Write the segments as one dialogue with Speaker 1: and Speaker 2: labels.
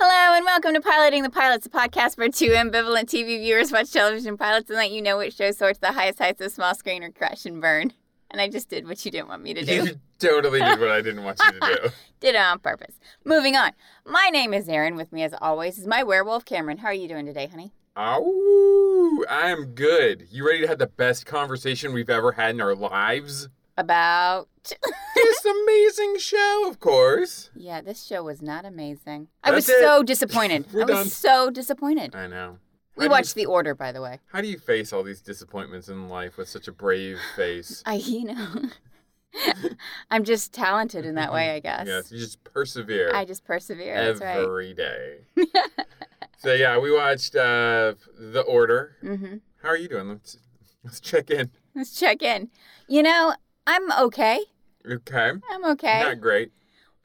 Speaker 1: welcome to Piloting the Pilots, a podcast where two ambivalent TV viewers watch television pilots and let you know which shows soar to the highest heights of small screen or crash and burn. And I just did what you didn't want me to do.
Speaker 2: You totally did what I didn't want you to do.
Speaker 1: did it on purpose. Moving on. My name is Erin. With me, as always, is my werewolf, Cameron. How are you doing today, honey?
Speaker 2: Oh, I am good. You ready to have the best conversation we've ever had in our lives?
Speaker 1: About.
Speaker 2: this amazing show, of course.
Speaker 1: Yeah, this show was not amazing. I
Speaker 2: That's
Speaker 1: was
Speaker 2: it.
Speaker 1: so disappointed. I
Speaker 2: We're
Speaker 1: was
Speaker 2: done.
Speaker 1: so disappointed.
Speaker 2: I know.
Speaker 1: We
Speaker 2: How do you-
Speaker 1: watched The Order, by the way.
Speaker 2: How do you face all these disappointments in life with such a brave face?
Speaker 1: I, you know, I'm just talented in that way, I guess.
Speaker 2: Yes, you just persevere
Speaker 1: I just persevere.
Speaker 2: every
Speaker 1: That's right.
Speaker 2: day. so yeah, we watched uh, The Order.
Speaker 1: Mm-hmm.
Speaker 2: How are you doing? Let's let's check in.
Speaker 1: Let's check in. You know, I'm okay.
Speaker 2: Okay.
Speaker 1: I'm okay.
Speaker 2: Not great.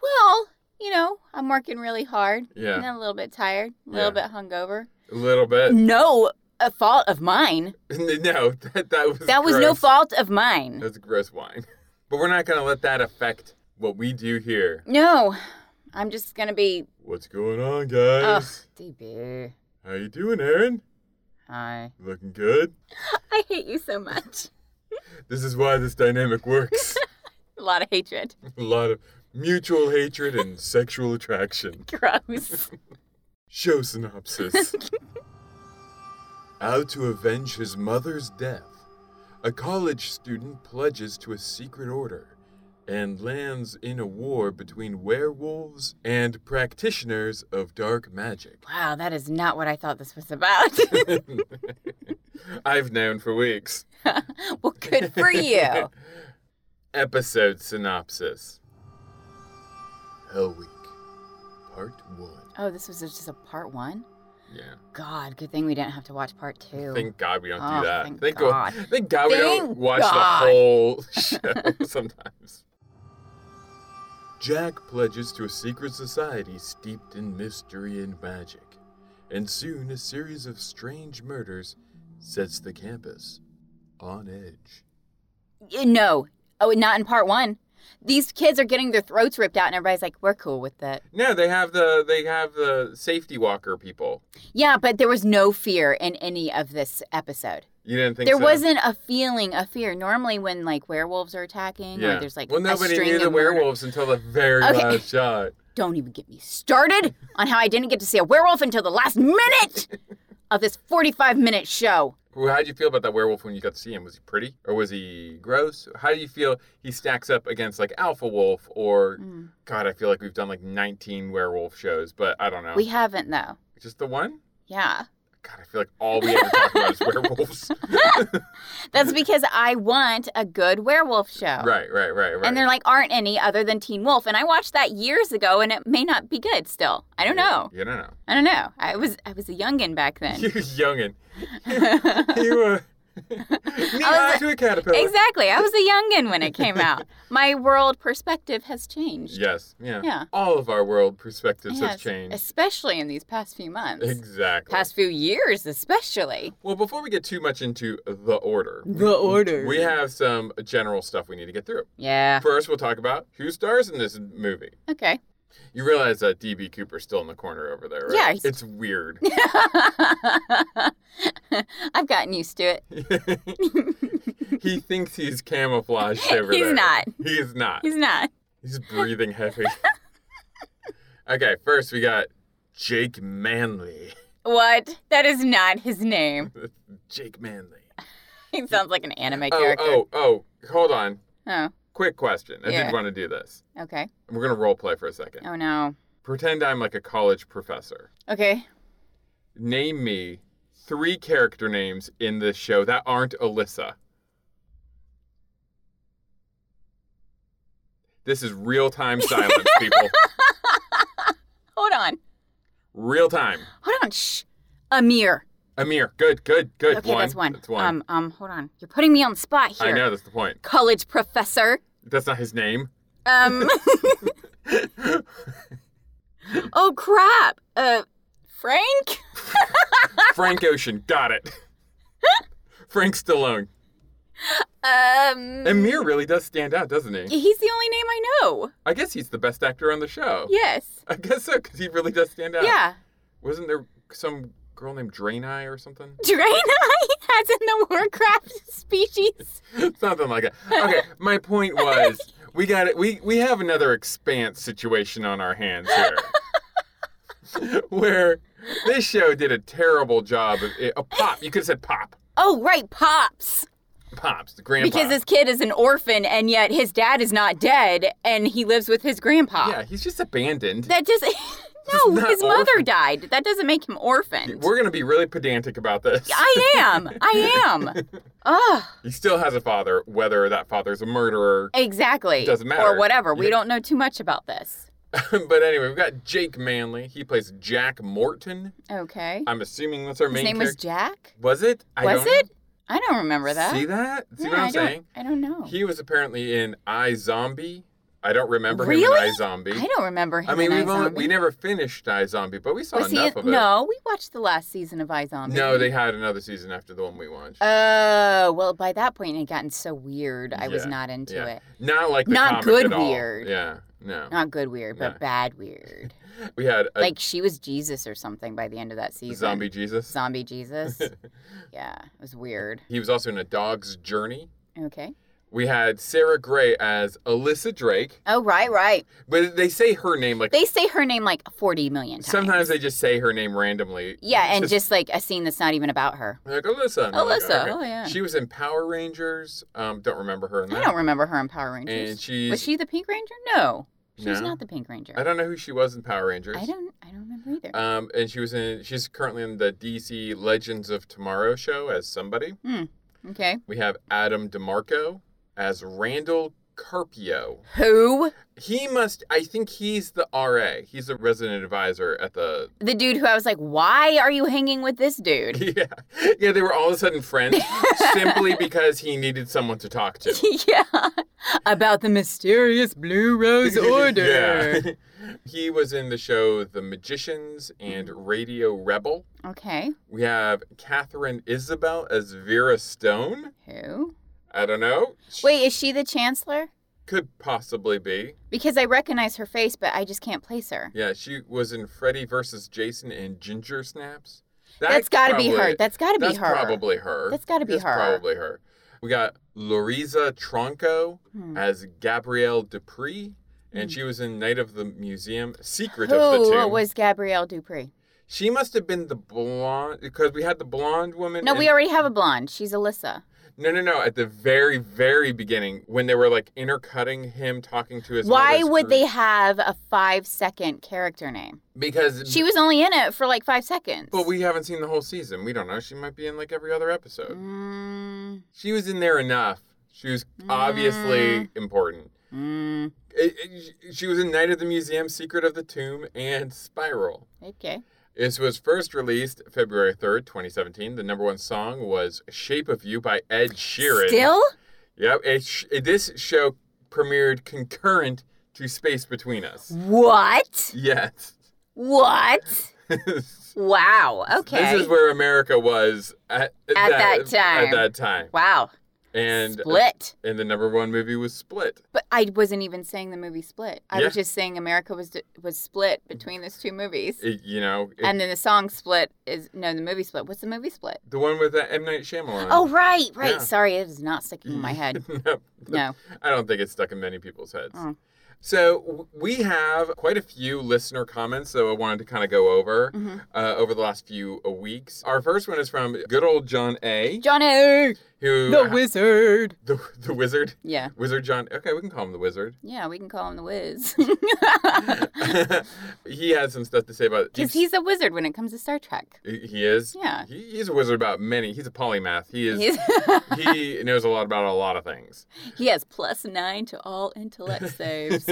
Speaker 1: Well, you know, I'm working really hard.
Speaker 2: Yeah.
Speaker 1: And I'm a little bit tired, a little
Speaker 2: Yeah.
Speaker 1: bit hungover.
Speaker 2: A little bit.
Speaker 1: No a fault of mine.
Speaker 2: No, that, that was
Speaker 1: That was no
Speaker 2: gross.
Speaker 1: fault of mine.
Speaker 2: That's gross wine. But we're not gonna let that affect what we do here.
Speaker 1: No, I'm just gonna be.
Speaker 2: What's going on,
Speaker 1: Ugh,
Speaker 2: guys?
Speaker 1: DB.
Speaker 2: How you doing, Aaron?
Speaker 1: Hi.
Speaker 2: Looking good.
Speaker 1: I hate you so much.
Speaker 2: This is why this dynamic works.
Speaker 1: A lot of hatred.
Speaker 2: A lot of mutual hatred and sexual attraction.
Speaker 1: Gross.
Speaker 2: Show synopsis. How to avenge his mother's death. A college student pledges to a secret order and lands in a war between werewolves and practitioners of dark magic.
Speaker 1: wow, that is not what I thought this was about.
Speaker 2: I've known for weeks.
Speaker 1: well, good for you.
Speaker 2: Episode synopsis Hell Week, Part 1.
Speaker 1: Oh, this was just a part one?
Speaker 2: Yeah.
Speaker 1: God, good thing we didn't have to watch part two.
Speaker 2: Thank God we don't
Speaker 1: Oh,
Speaker 2: do that.
Speaker 1: thank
Speaker 2: go-
Speaker 1: God.
Speaker 2: thank God we don't
Speaker 1: Thank
Speaker 2: watch
Speaker 1: God.
Speaker 2: the whole show sometimes. Jack pledges to a secret society steeped in mystery and magic, and soon a series of strange murders sets the campus on edge.
Speaker 1: Y- No. Oh, not in part one. These kids are getting their throats ripped out, and everybody's like, we're cool with that.
Speaker 2: No, they have the they have the safety walker people.
Speaker 1: Yeah, but there was no fear in any of this episode.
Speaker 2: You didn't think
Speaker 1: There
Speaker 2: so?
Speaker 1: wasn't a feeling of fear. Normally, when like werewolves are attacking,
Speaker 2: Yeah.
Speaker 1: or there's like
Speaker 2: well,
Speaker 1: a
Speaker 2: nobody
Speaker 1: string
Speaker 2: knew
Speaker 1: of
Speaker 2: the
Speaker 1: murder-
Speaker 2: werewolves until the very
Speaker 1: Okay.
Speaker 2: last shot.
Speaker 1: Don't even get me started on how I didn't get to see a werewolf until the last minute of this 45 minute show.
Speaker 2: Well, how did you feel about that werewolf when you got to see him? Was he pretty or was he gross? How do you feel he stacks up against like Alpha Wolf or
Speaker 1: Mm.
Speaker 2: God? I feel like we've done like 19 werewolf shows, but I don't know.
Speaker 1: We haven't, though.
Speaker 2: Just the one?
Speaker 1: Yeah.
Speaker 2: God, I feel like all we ever talk about is werewolves.
Speaker 1: That's because I want a good werewolf show.
Speaker 2: Right, right, right, right.
Speaker 1: And there like aren't any other than Teen Wolf. And I watched that years ago and it may not be good still. I don't know.
Speaker 2: You don't know.
Speaker 1: I don't know. I was I was a youngin' back then.
Speaker 2: You youngin. You were. Knee high to a caterpillar.
Speaker 1: exactly. I was a youngin' when it came out. My world perspective has changed.
Speaker 2: Yes. Yeah.
Speaker 1: Yeah.
Speaker 2: All of our world perspectives have
Speaker 1: Yes,
Speaker 2: changed.
Speaker 1: Especially in these past few months.
Speaker 2: Exactly.
Speaker 1: Past few years especially.
Speaker 2: Well, before we get too much into the order,
Speaker 1: The order.
Speaker 2: we have some general stuff we need to get through.
Speaker 1: Yeah.
Speaker 2: First, we'll talk about who stars in this movie.
Speaker 1: Okay.
Speaker 2: You realize that DB Cooper's still in the corner over there, right?
Speaker 1: Yeah, he's-
Speaker 2: It's weird.
Speaker 1: I've gotten used to it.
Speaker 2: he thinks he's camouflaged over
Speaker 1: He's
Speaker 2: there.
Speaker 1: not.
Speaker 2: He is not.
Speaker 1: He's not.
Speaker 2: He's breathing heavy. okay, first we got Jake Manley.
Speaker 1: What? That is not his name.
Speaker 2: Jake Manley.
Speaker 1: He sounds like an anime
Speaker 2: Oh,
Speaker 1: character.
Speaker 2: oh, oh, hold on.
Speaker 1: Oh,
Speaker 2: Quick question. I
Speaker 1: Yeah.
Speaker 2: did want to do this.
Speaker 1: okay.
Speaker 2: We're going to role play for a second.
Speaker 1: Oh no.
Speaker 2: Pretend I'm like a college professor.
Speaker 1: Okay.
Speaker 2: name me three character names in this show that aren't Alyssa. This is real time silence, people.
Speaker 1: Hold on.
Speaker 2: Real time.
Speaker 1: Hold on. Shh. Amir.
Speaker 2: Amir, good, good, good.
Speaker 1: Okay, that's one.
Speaker 2: That's one.
Speaker 1: Um, um, hold on. You're putting me on the spot here.
Speaker 2: I know that's the point.
Speaker 1: College professor.
Speaker 2: That's not his name.
Speaker 1: Um. oh crap. Uh, Frank.
Speaker 2: Frank Ocean, got it. Frank Stallone.
Speaker 1: Um.
Speaker 2: Amir really does stand out, doesn't he?
Speaker 1: He's the only name I know.
Speaker 2: I guess he's the best actor on the show.
Speaker 1: Yes.
Speaker 2: I guess so, because he really does stand out.
Speaker 1: Yeah.
Speaker 2: Wasn't there some girl named Drain Eye or something?
Speaker 1: Draenei, as in the Warcraft species.
Speaker 2: something like that. Okay, my point was we got it. We we have another expanse situation on our hands here, where this show did a terrible job. Of, a pop. You could have said pop.
Speaker 1: Oh, right, Pops.
Speaker 2: Pops. The grandpa.
Speaker 1: Because this kid is an orphan and yet his dad is not dead and he lives with his grandpa.
Speaker 2: yeah, he's just abandoned.
Speaker 1: That doesn't. No,
Speaker 2: not
Speaker 1: his mother
Speaker 2: orphan.
Speaker 1: died. That doesn't make him orphaned.
Speaker 2: We're gonna be really pedantic about this.
Speaker 1: I am. I am. Ugh.
Speaker 2: He still has a father, whether that father's a murderer.
Speaker 1: Exactly.
Speaker 2: Doesn't
Speaker 1: Or
Speaker 2: matter.
Speaker 1: whatever. We
Speaker 2: You-
Speaker 1: don't know too much about this.
Speaker 2: but anyway, we've got Jake Manley. He plays Jack Morton.
Speaker 1: Okay.
Speaker 2: I'm assuming that's our
Speaker 1: His
Speaker 2: main
Speaker 1: name was
Speaker 2: character.
Speaker 1: Jack.
Speaker 2: Was it? I
Speaker 1: was
Speaker 2: don't
Speaker 1: it? I don't remember
Speaker 2: know.
Speaker 1: that.
Speaker 2: See that? See
Speaker 1: Yeah,
Speaker 2: what I'm
Speaker 1: I don't-
Speaker 2: saying?
Speaker 1: I don't know.
Speaker 2: He was apparently in I Zombie. I don't remember him
Speaker 1: Really?
Speaker 2: in I Zombie.
Speaker 1: I don't remember him.
Speaker 2: I mean,
Speaker 1: in
Speaker 2: we've only,
Speaker 1: iZombie.
Speaker 2: we never finished I Zombie, but we saw
Speaker 1: was he?
Speaker 2: enough
Speaker 1: in-
Speaker 2: of it.
Speaker 1: no, we watched the last season of iZombie.
Speaker 2: No, they had another season after the one we watched.
Speaker 1: Oh well, by that point it had gotten so weird. I was
Speaker 2: Yeah,
Speaker 1: not into
Speaker 2: yeah.
Speaker 1: it.
Speaker 2: Not like the
Speaker 1: not
Speaker 2: comic
Speaker 1: good
Speaker 2: at all.
Speaker 1: weird.
Speaker 2: Yeah, no.
Speaker 1: Not good weird, but
Speaker 2: Yeah.
Speaker 1: bad weird.
Speaker 2: we had a
Speaker 1: like she was Jesus or something by the end of that season.
Speaker 2: zombie Jesus.
Speaker 1: Zombie Jesus. yeah, it was weird.
Speaker 2: He was also in A Dog's Journey.
Speaker 1: Okay.
Speaker 2: We had Sarah Gray as Alyssa Drake,
Speaker 1: Oh right, right.
Speaker 2: but they say her name like
Speaker 1: They say her name like forty million times.
Speaker 2: sometimes they just say her name randomly.
Speaker 1: Yeah, and just, like a scene that's not even about her.
Speaker 2: like Alyssa. And I'm like,
Speaker 1: Alyssa.
Speaker 2: okay.
Speaker 1: Oh yeah.
Speaker 2: She was in Power Rangers. Um, don't remember her in that.
Speaker 1: I don't remember her in Power Rangers.
Speaker 2: And she's
Speaker 1: was she the Pink Ranger? No, she's
Speaker 2: No.
Speaker 1: not the Pink Ranger.
Speaker 2: I don't know who she was in Power Rangers.
Speaker 1: I don't. I don't remember either.
Speaker 2: Um, and she was in. She's currently in the DC Legends of Tomorrow show as somebody.
Speaker 1: okay.
Speaker 2: We have Adam DeMarco as Randall Carpio.
Speaker 1: Who?
Speaker 2: He must. I think he's the RA. He's a resident advisor at the.
Speaker 1: The dude who I was like, why are you hanging with this dude?
Speaker 2: Yeah, yeah. They were all of a sudden friends simply because he needed someone to talk to.
Speaker 1: yeah. About the mysterious Blue Rose Order.
Speaker 2: Yeah. he was in the show The Magicians and
Speaker 1: Mm-hmm.
Speaker 2: Radio Rebel.
Speaker 1: Okay.
Speaker 2: We have Catherine Isabel as Vera Stone.
Speaker 1: Who?
Speaker 2: I don't know. She
Speaker 1: Wait, is she the Chancellor?
Speaker 2: Could possibly be.
Speaker 1: Because I recognize her face, but I just can't place her.
Speaker 2: Yeah, she was in Freddy versus Jason and Ginger Snaps. That
Speaker 1: that's got to be her.
Speaker 2: probably-
Speaker 1: That's got to be
Speaker 2: that's
Speaker 1: her.
Speaker 2: probably her.
Speaker 1: That's gotta be
Speaker 2: That's
Speaker 1: her.
Speaker 2: probably her. We got Loriza Tronco
Speaker 1: Hmm.
Speaker 2: as Gabrielle Dupree, and
Speaker 1: Hmm.
Speaker 2: she was in Night of the Museum, Secret of the
Speaker 1: Who
Speaker 2: Tomb.
Speaker 1: was Gabrielle Dupree?
Speaker 2: She must have been the blonde because we had the blonde woman.
Speaker 1: No,
Speaker 2: in-
Speaker 1: we already have a blonde. She's Alyssa.
Speaker 2: No, no, no. At the very, very beginning, when they were like intercutting him talking to his.
Speaker 1: Why
Speaker 2: mother's
Speaker 1: would
Speaker 2: group-
Speaker 1: they have a five second character name?
Speaker 2: Because
Speaker 1: She was only in it for like five seconds.
Speaker 2: But we haven't seen the whole season. We don't know. She might be in like every other episode.
Speaker 1: Mm,
Speaker 2: She was in there enough. She was obviously important.
Speaker 1: mm,
Speaker 2: It- it- she was in Night of the Museum, Secret of the Tomb, and Spiral.
Speaker 1: okay.
Speaker 2: This was first released February 3rd, 2017. The number one song was Shape of You by Ed Sheeran.
Speaker 1: Still?
Speaker 2: Yep. It sh- it- this show premiered concurrent to Space Between Us.
Speaker 1: Mm. What?
Speaker 2: Yes.
Speaker 1: What? Wow. Okay.
Speaker 2: This is where America was at,
Speaker 1: At that time.
Speaker 2: At that time.
Speaker 1: wow.
Speaker 2: And
Speaker 1: Split.
Speaker 2: and the number one movie was Split.
Speaker 1: But I wasn't even saying the movie Split. I
Speaker 2: Yeah. Mm.
Speaker 1: was just saying America was was split between those two movies.
Speaker 2: It- you know, it-
Speaker 1: and then the song Split is no, the movie Split. What's the movie Split?
Speaker 2: the one with uh, M Night Shyamalan.
Speaker 1: Oh right, right.
Speaker 2: yeah.
Speaker 1: Sorry, it is not sticking in my head.
Speaker 2: no,
Speaker 1: No.
Speaker 2: I don't think it's stuck in many people's heads.
Speaker 1: Oh.
Speaker 2: So w- we have quite a few listener comments that I wanted to kind of go over
Speaker 1: Mhm.
Speaker 2: uh, over the last few uh, weeks. Our first one is from good old John A.
Speaker 1: Johnny,
Speaker 2: Who
Speaker 1: the wizard.
Speaker 2: the, the wizard.
Speaker 1: Yeah,
Speaker 2: Wizard John. Okay, we can call him the wizard.
Speaker 1: yeah. We can call him the Wiz.
Speaker 2: he has some stuff to say about
Speaker 1: Because he's a wizard when it comes to Star Trek.
Speaker 2: he is.
Speaker 1: Yeah.
Speaker 2: He, he's a wizard about many. He's a polymath. He is.
Speaker 1: He's,
Speaker 2: he knows a lot about a lot of things.
Speaker 1: he has plus nine to all intellect saves.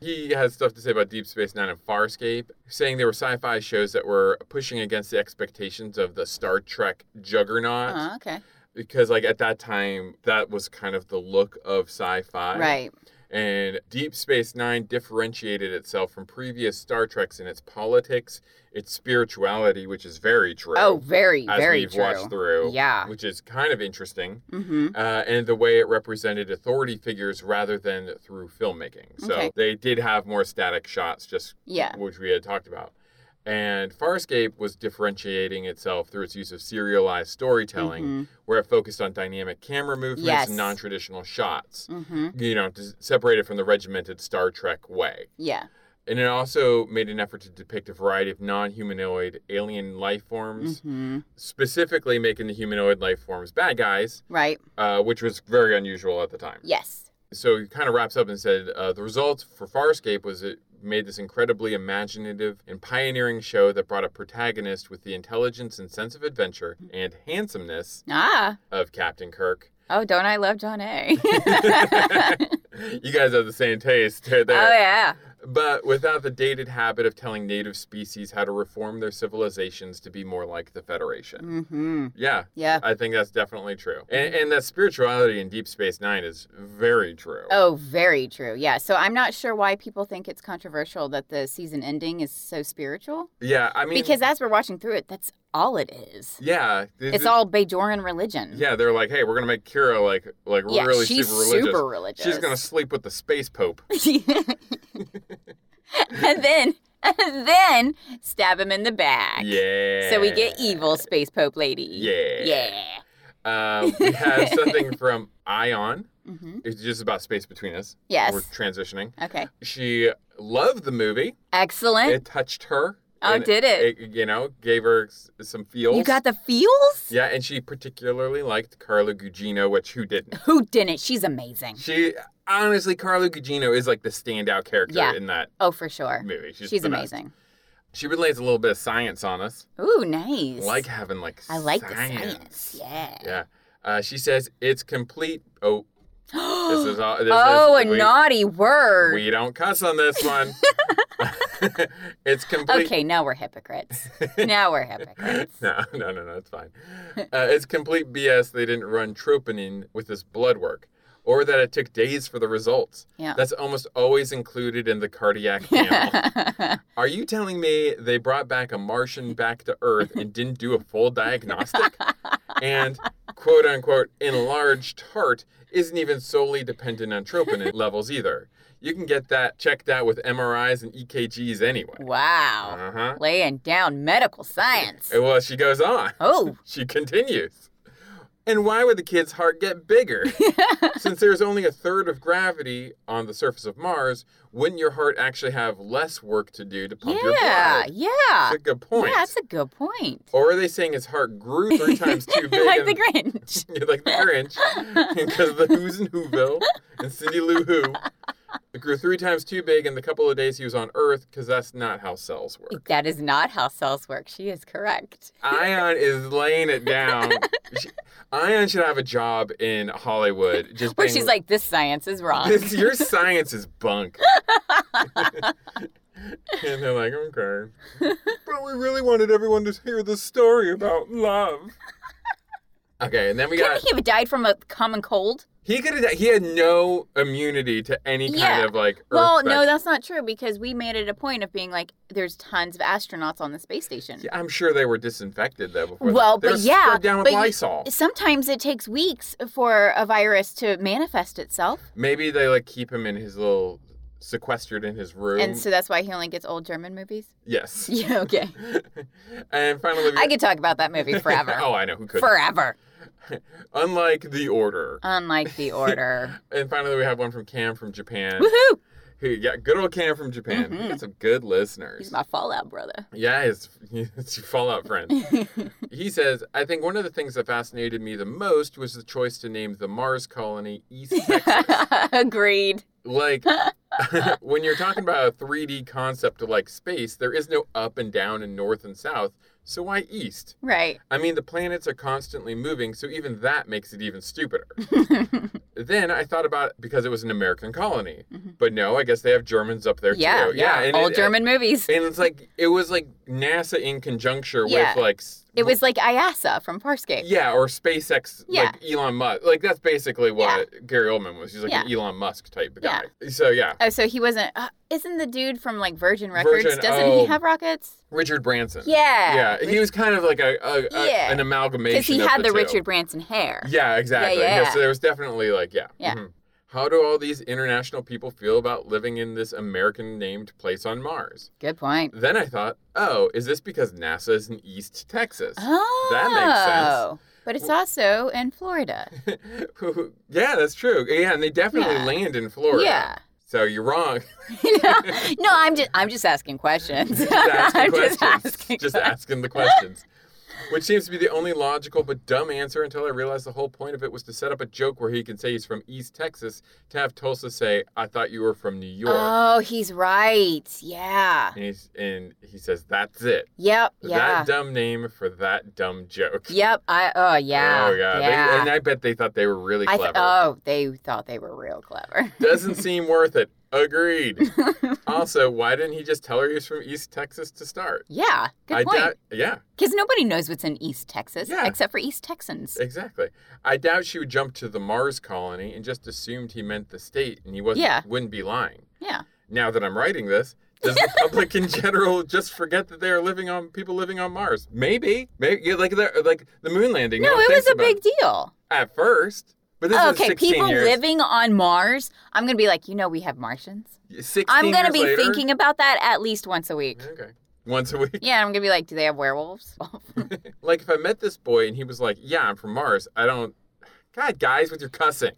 Speaker 2: he has stuff to say about Deep Space Nine and Farscape, saying there were sci-fi shows that were pushing against the expectations of the Star Trek juggernaut
Speaker 1: Uh, okay.
Speaker 2: because, like, at that time, that was kind of the look of sci-fi.
Speaker 1: Right.
Speaker 2: And Deep Space Nine differentiated itself from previous Star Treks in its politics, its spirituality, which is very true.
Speaker 1: Oh, very,
Speaker 2: as
Speaker 1: very
Speaker 2: we've
Speaker 1: true.
Speaker 2: watched through.
Speaker 1: Yeah.
Speaker 2: Which is kind of interesting
Speaker 1: Mm-hmm.
Speaker 2: uh, and the way it represented authority figures rather than through filmmaking. So
Speaker 1: Okay.
Speaker 2: they did have more static shots, just
Speaker 1: Yeah.
Speaker 2: which we had talked about. And Farscape was differentiating itself through its use of serialized storytelling, where it focused on dynamic camera movements
Speaker 1: Mm-hmm. Yes.
Speaker 2: and non traditional shots,
Speaker 1: Mm-hmm.
Speaker 2: you know, to s- separate it from the regimented Star Trek way.
Speaker 1: Yeah.
Speaker 2: And it also made an effort to depict a variety of non humanoid alien life forms,
Speaker 1: Mm-hmm.
Speaker 2: specifically making the humanoid life forms bad guys,
Speaker 1: Right.
Speaker 2: uh, which was very unusual at the time.
Speaker 1: Yes.
Speaker 2: So he kind of wraps up and said uh, the result for Farscape was it made this incredibly imaginative and pioneering show that brought a protagonist with the intelligence and sense of adventure
Speaker 1: Mm-hmm.
Speaker 2: and handsomeness
Speaker 1: Ah.
Speaker 2: of Captain Kirk.
Speaker 1: Oh, don't I love John A?
Speaker 2: you guys have the same taste there.
Speaker 1: Oh yeah.
Speaker 2: But without the dated habit of telling native species how to reform their civilizations to be more like the Federation.
Speaker 1: Mm-hmm.
Speaker 2: Yeah,
Speaker 1: Yeah.
Speaker 2: I think that's definitely true. And, and that spirituality in Deep Space Nine is very true.
Speaker 1: Oh, very true. Yeah. So I'm not sure why people think it's controversial that the season ending is so spiritual.
Speaker 2: Yeah, I mean,
Speaker 1: because as we're watching through it, that's all it is.
Speaker 2: yeah, this
Speaker 1: It's
Speaker 2: is-
Speaker 1: all Bajoran religion.
Speaker 2: Yeah, they're like, hey, we're gonna make Kira like like
Speaker 1: Yeah,
Speaker 2: really
Speaker 1: she's
Speaker 2: super religious.
Speaker 1: super religious.
Speaker 2: She's gonna sleep with the space pope.
Speaker 1: and then, and then stab him in the back.
Speaker 2: Yeah.
Speaker 1: So we get evil space pope lady.
Speaker 2: Yeah.
Speaker 1: Yeah.
Speaker 2: Um, we have something from Ion.
Speaker 1: hmm
Speaker 2: It's just about space between us.
Speaker 1: Yes.
Speaker 2: We're transitioning.
Speaker 1: Okay.
Speaker 2: She loved the movie.
Speaker 1: Excellent.
Speaker 2: It touched her.
Speaker 1: Oh,
Speaker 2: and
Speaker 1: did it?
Speaker 2: it? You know, gave her s- some feels.
Speaker 1: you got the feels?
Speaker 2: Yeah, and she particularly liked Carla Gugino, which who didn't?
Speaker 1: Who didn't? She's amazing.
Speaker 2: She honestly, Carla Gugino is like the standout character
Speaker 1: Yeah.
Speaker 2: in that
Speaker 1: Oh, for sure.
Speaker 2: movie. She's,
Speaker 1: She's,
Speaker 2: the best.
Speaker 1: amazing.
Speaker 2: She relays a little bit of science on us.
Speaker 1: Ooh, nice.
Speaker 2: like having like
Speaker 1: I like the science. Yeah.
Speaker 2: Yeah. Uh, she says it's complete. Oh, this is all. This
Speaker 1: oh,
Speaker 2: is,
Speaker 1: a naughty word.
Speaker 2: We don't cuss on this one. it's complete.
Speaker 1: okay, now we're hypocrites. now we're hypocrites.
Speaker 2: No, no, no, no. It's fine. Uh, it's complete BS. They didn't run troponin with this blood work, or that it took days for the results.
Speaker 1: Yeah.
Speaker 2: That's almost always included in the cardiac panel. Are you telling me they brought back a Martian back to Earth and didn't do a full diagnostic? and quote unquote enlarged heart isn't even solely dependent on troponin levels either. You can get that checked out with MRIs and EKGs anyway.
Speaker 1: wow.
Speaker 2: Uh huh.
Speaker 1: Laying down medical science.
Speaker 2: Well, she goes on.
Speaker 1: Oh,
Speaker 2: She continues. And why would the kid's heart get bigger? Since there's only a third of gravity on the surface of Mars, wouldn't your heart actually have less work to do to pump your
Speaker 1: yeah,
Speaker 2: blood?
Speaker 1: yeah.
Speaker 2: That's a good point.
Speaker 1: Yeah, that's a good point.
Speaker 2: Or are they saying his heart grew three times too big?
Speaker 1: like the
Speaker 2: and-
Speaker 1: Grinch.
Speaker 2: You're like the Grinch, because the Who's in Whoville and Cindy Lou Who it grew three times too big in the couple of days he was on Earth, because that's not how cells work.
Speaker 1: That is not how cells work. She is correct.
Speaker 2: Ion is laying it down. She, Ion should have a job in Hollywood. Just
Speaker 1: Where
Speaker 2: being-
Speaker 1: she's like, this science is wrong.
Speaker 2: This- your science is bunk. and they're like, okay. But we really wanted everyone to hear the story about love. Okay, and then we
Speaker 1: Couldn't
Speaker 2: got
Speaker 1: he have died from a common cold?
Speaker 2: he could have he had no immunity to any
Speaker 1: Yeah.
Speaker 2: kind of like earth
Speaker 1: Well, no,
Speaker 2: bac-
Speaker 1: that's not true because we made it a point of being like, there's tons of astronauts on the space station.
Speaker 2: Yeah, I'm sure they were disinfected though before.
Speaker 1: Well,
Speaker 2: they were
Speaker 1: but yeah,
Speaker 2: sprayed down with
Speaker 1: but you-
Speaker 2: Lysol.
Speaker 1: Sometimes it takes weeks for a virus to manifest itself.
Speaker 2: Maybe they like keep him in his little sequestered in his room.
Speaker 1: And so that's why he only gets old German movies.
Speaker 2: yes.
Speaker 1: Yeah, okay.
Speaker 2: and finally, we
Speaker 1: I could talk about that movie forever.
Speaker 2: oh, I know who could.
Speaker 1: forever.
Speaker 2: Unlike the order.
Speaker 1: Unlike The Order.
Speaker 2: And finally, we have one from Cam from Japan.
Speaker 1: Woohoo!
Speaker 2: Who, yeah, good old Cam from Japan. He
Speaker 1: Mhm.
Speaker 2: got some good
Speaker 1: He's
Speaker 2: listeners.
Speaker 1: my Fallout brother.
Speaker 2: yeah, his, his Fallout friend. he says, I think one of the things that fascinated me the most was the choice to name the Mars colony East Texas.
Speaker 1: Agreed.
Speaker 2: like, when you're talking about a 3D concept of like space, there is no up and down and north and south. So why east?
Speaker 1: Right.
Speaker 2: I mean, the planets are constantly moving, so even that makes it even stupider. then I thought about because it was an American colony,
Speaker 1: Mhm.
Speaker 2: but no, I guess they have Germans up there
Speaker 1: Yeah,
Speaker 2: too.
Speaker 1: yeah.
Speaker 2: and
Speaker 1: Old
Speaker 2: it-
Speaker 1: German movies.
Speaker 2: And it's like it was like NASA in conjuncture
Speaker 1: Yeah.
Speaker 2: with like s-
Speaker 1: It was like IASA from Farscape.
Speaker 2: yeah, or SpaceX,
Speaker 1: Yeah.
Speaker 2: like Elon Musk. Like that's basically what Gary Oldman was. He's like an Elon Musk type of guy. So yeah,
Speaker 1: Oh, so he wasn't. Uh, isn't the dude from like Virgin Records?
Speaker 2: Virgin,
Speaker 1: doesn't
Speaker 2: oh.
Speaker 1: he have rockets?
Speaker 2: Richard Branson.
Speaker 1: Yeah.
Speaker 2: yeah, he was kind of like a, a, a-
Speaker 1: Yeah.
Speaker 2: an amalgamation.
Speaker 1: Because he
Speaker 2: of
Speaker 1: had the,
Speaker 2: two.
Speaker 1: Richard Branson hair.
Speaker 2: Yeah, exactly. Yeah,
Speaker 1: yeah.
Speaker 2: so there was definitely like, yeah.
Speaker 1: Yeah.
Speaker 2: mhm. How do all these international people feel about living in this American named place on Mars?
Speaker 1: Good point.
Speaker 2: Then I thought, oh, is this because NASA is in East Texas?
Speaker 1: Oh.
Speaker 2: That
Speaker 1: makes sense. Oh. But it's also in Florida.
Speaker 2: yeah, that's true. Yeah, and they definitely
Speaker 1: Yeah.
Speaker 2: land in Florida.
Speaker 1: Yeah.
Speaker 2: So you're wrong.
Speaker 1: no, no, I'm just I'm just asking questions.
Speaker 2: just asking
Speaker 1: I'm
Speaker 2: questions.
Speaker 1: just asking.
Speaker 2: Just asking the questions. Which seems to be the only logical but dumb answer until I realized the whole point of it was to set up a joke where he can say he's from East Texas to have Tulsa say, I thought you were from New York.
Speaker 1: Oh, he's right. Yeah.
Speaker 2: and, he's, and he says, That's it.
Speaker 1: Yep. Yeah.
Speaker 2: That dumb name for that dumb joke.
Speaker 1: Yep. I. Oh yeah.
Speaker 2: Oh, God. They-
Speaker 1: Yeah.
Speaker 2: and I bet they thought they were really
Speaker 1: I
Speaker 2: clever.
Speaker 1: th- oh, they thought they were real clever.
Speaker 2: Doesn't seem worth it. Agreed. also, why didn't he just tell her he was from East Texas to start?
Speaker 1: Yeah. Good
Speaker 2: I
Speaker 1: point.
Speaker 2: doubt. Yeah.
Speaker 1: Because nobody knows what's in East Texas
Speaker 2: Yeah.
Speaker 1: except for East Texans.
Speaker 2: Exactly. I doubt she would jump to the Mars colony and just assumed he meant the state and he wasn't
Speaker 1: Yeah.
Speaker 2: wouldn't be lying.
Speaker 1: Yeah.
Speaker 2: Now that I'm writing this, does the public in general just forget that they are living on people living on Mars? Maybe. Maybe yeah, like the like the moon landing.
Speaker 1: No,
Speaker 2: one
Speaker 1: it was
Speaker 2: thinks
Speaker 1: a
Speaker 2: about
Speaker 1: big deal.
Speaker 2: at first. But this is
Speaker 1: okay,
Speaker 2: 16
Speaker 1: people
Speaker 2: years.
Speaker 1: living on Mars. I'm gonna be like, you know, we have Martians.
Speaker 2: 16
Speaker 1: I'm gonna
Speaker 2: years
Speaker 1: be
Speaker 2: later-
Speaker 1: thinking about that at least once a week.
Speaker 2: Okay. Once a week.
Speaker 1: Yeah, I'm gonna be like, do they have werewolves?
Speaker 2: Like if I met this boy and he was like, "Yeah, I'm from Mars." I don't God, guys with your cussing.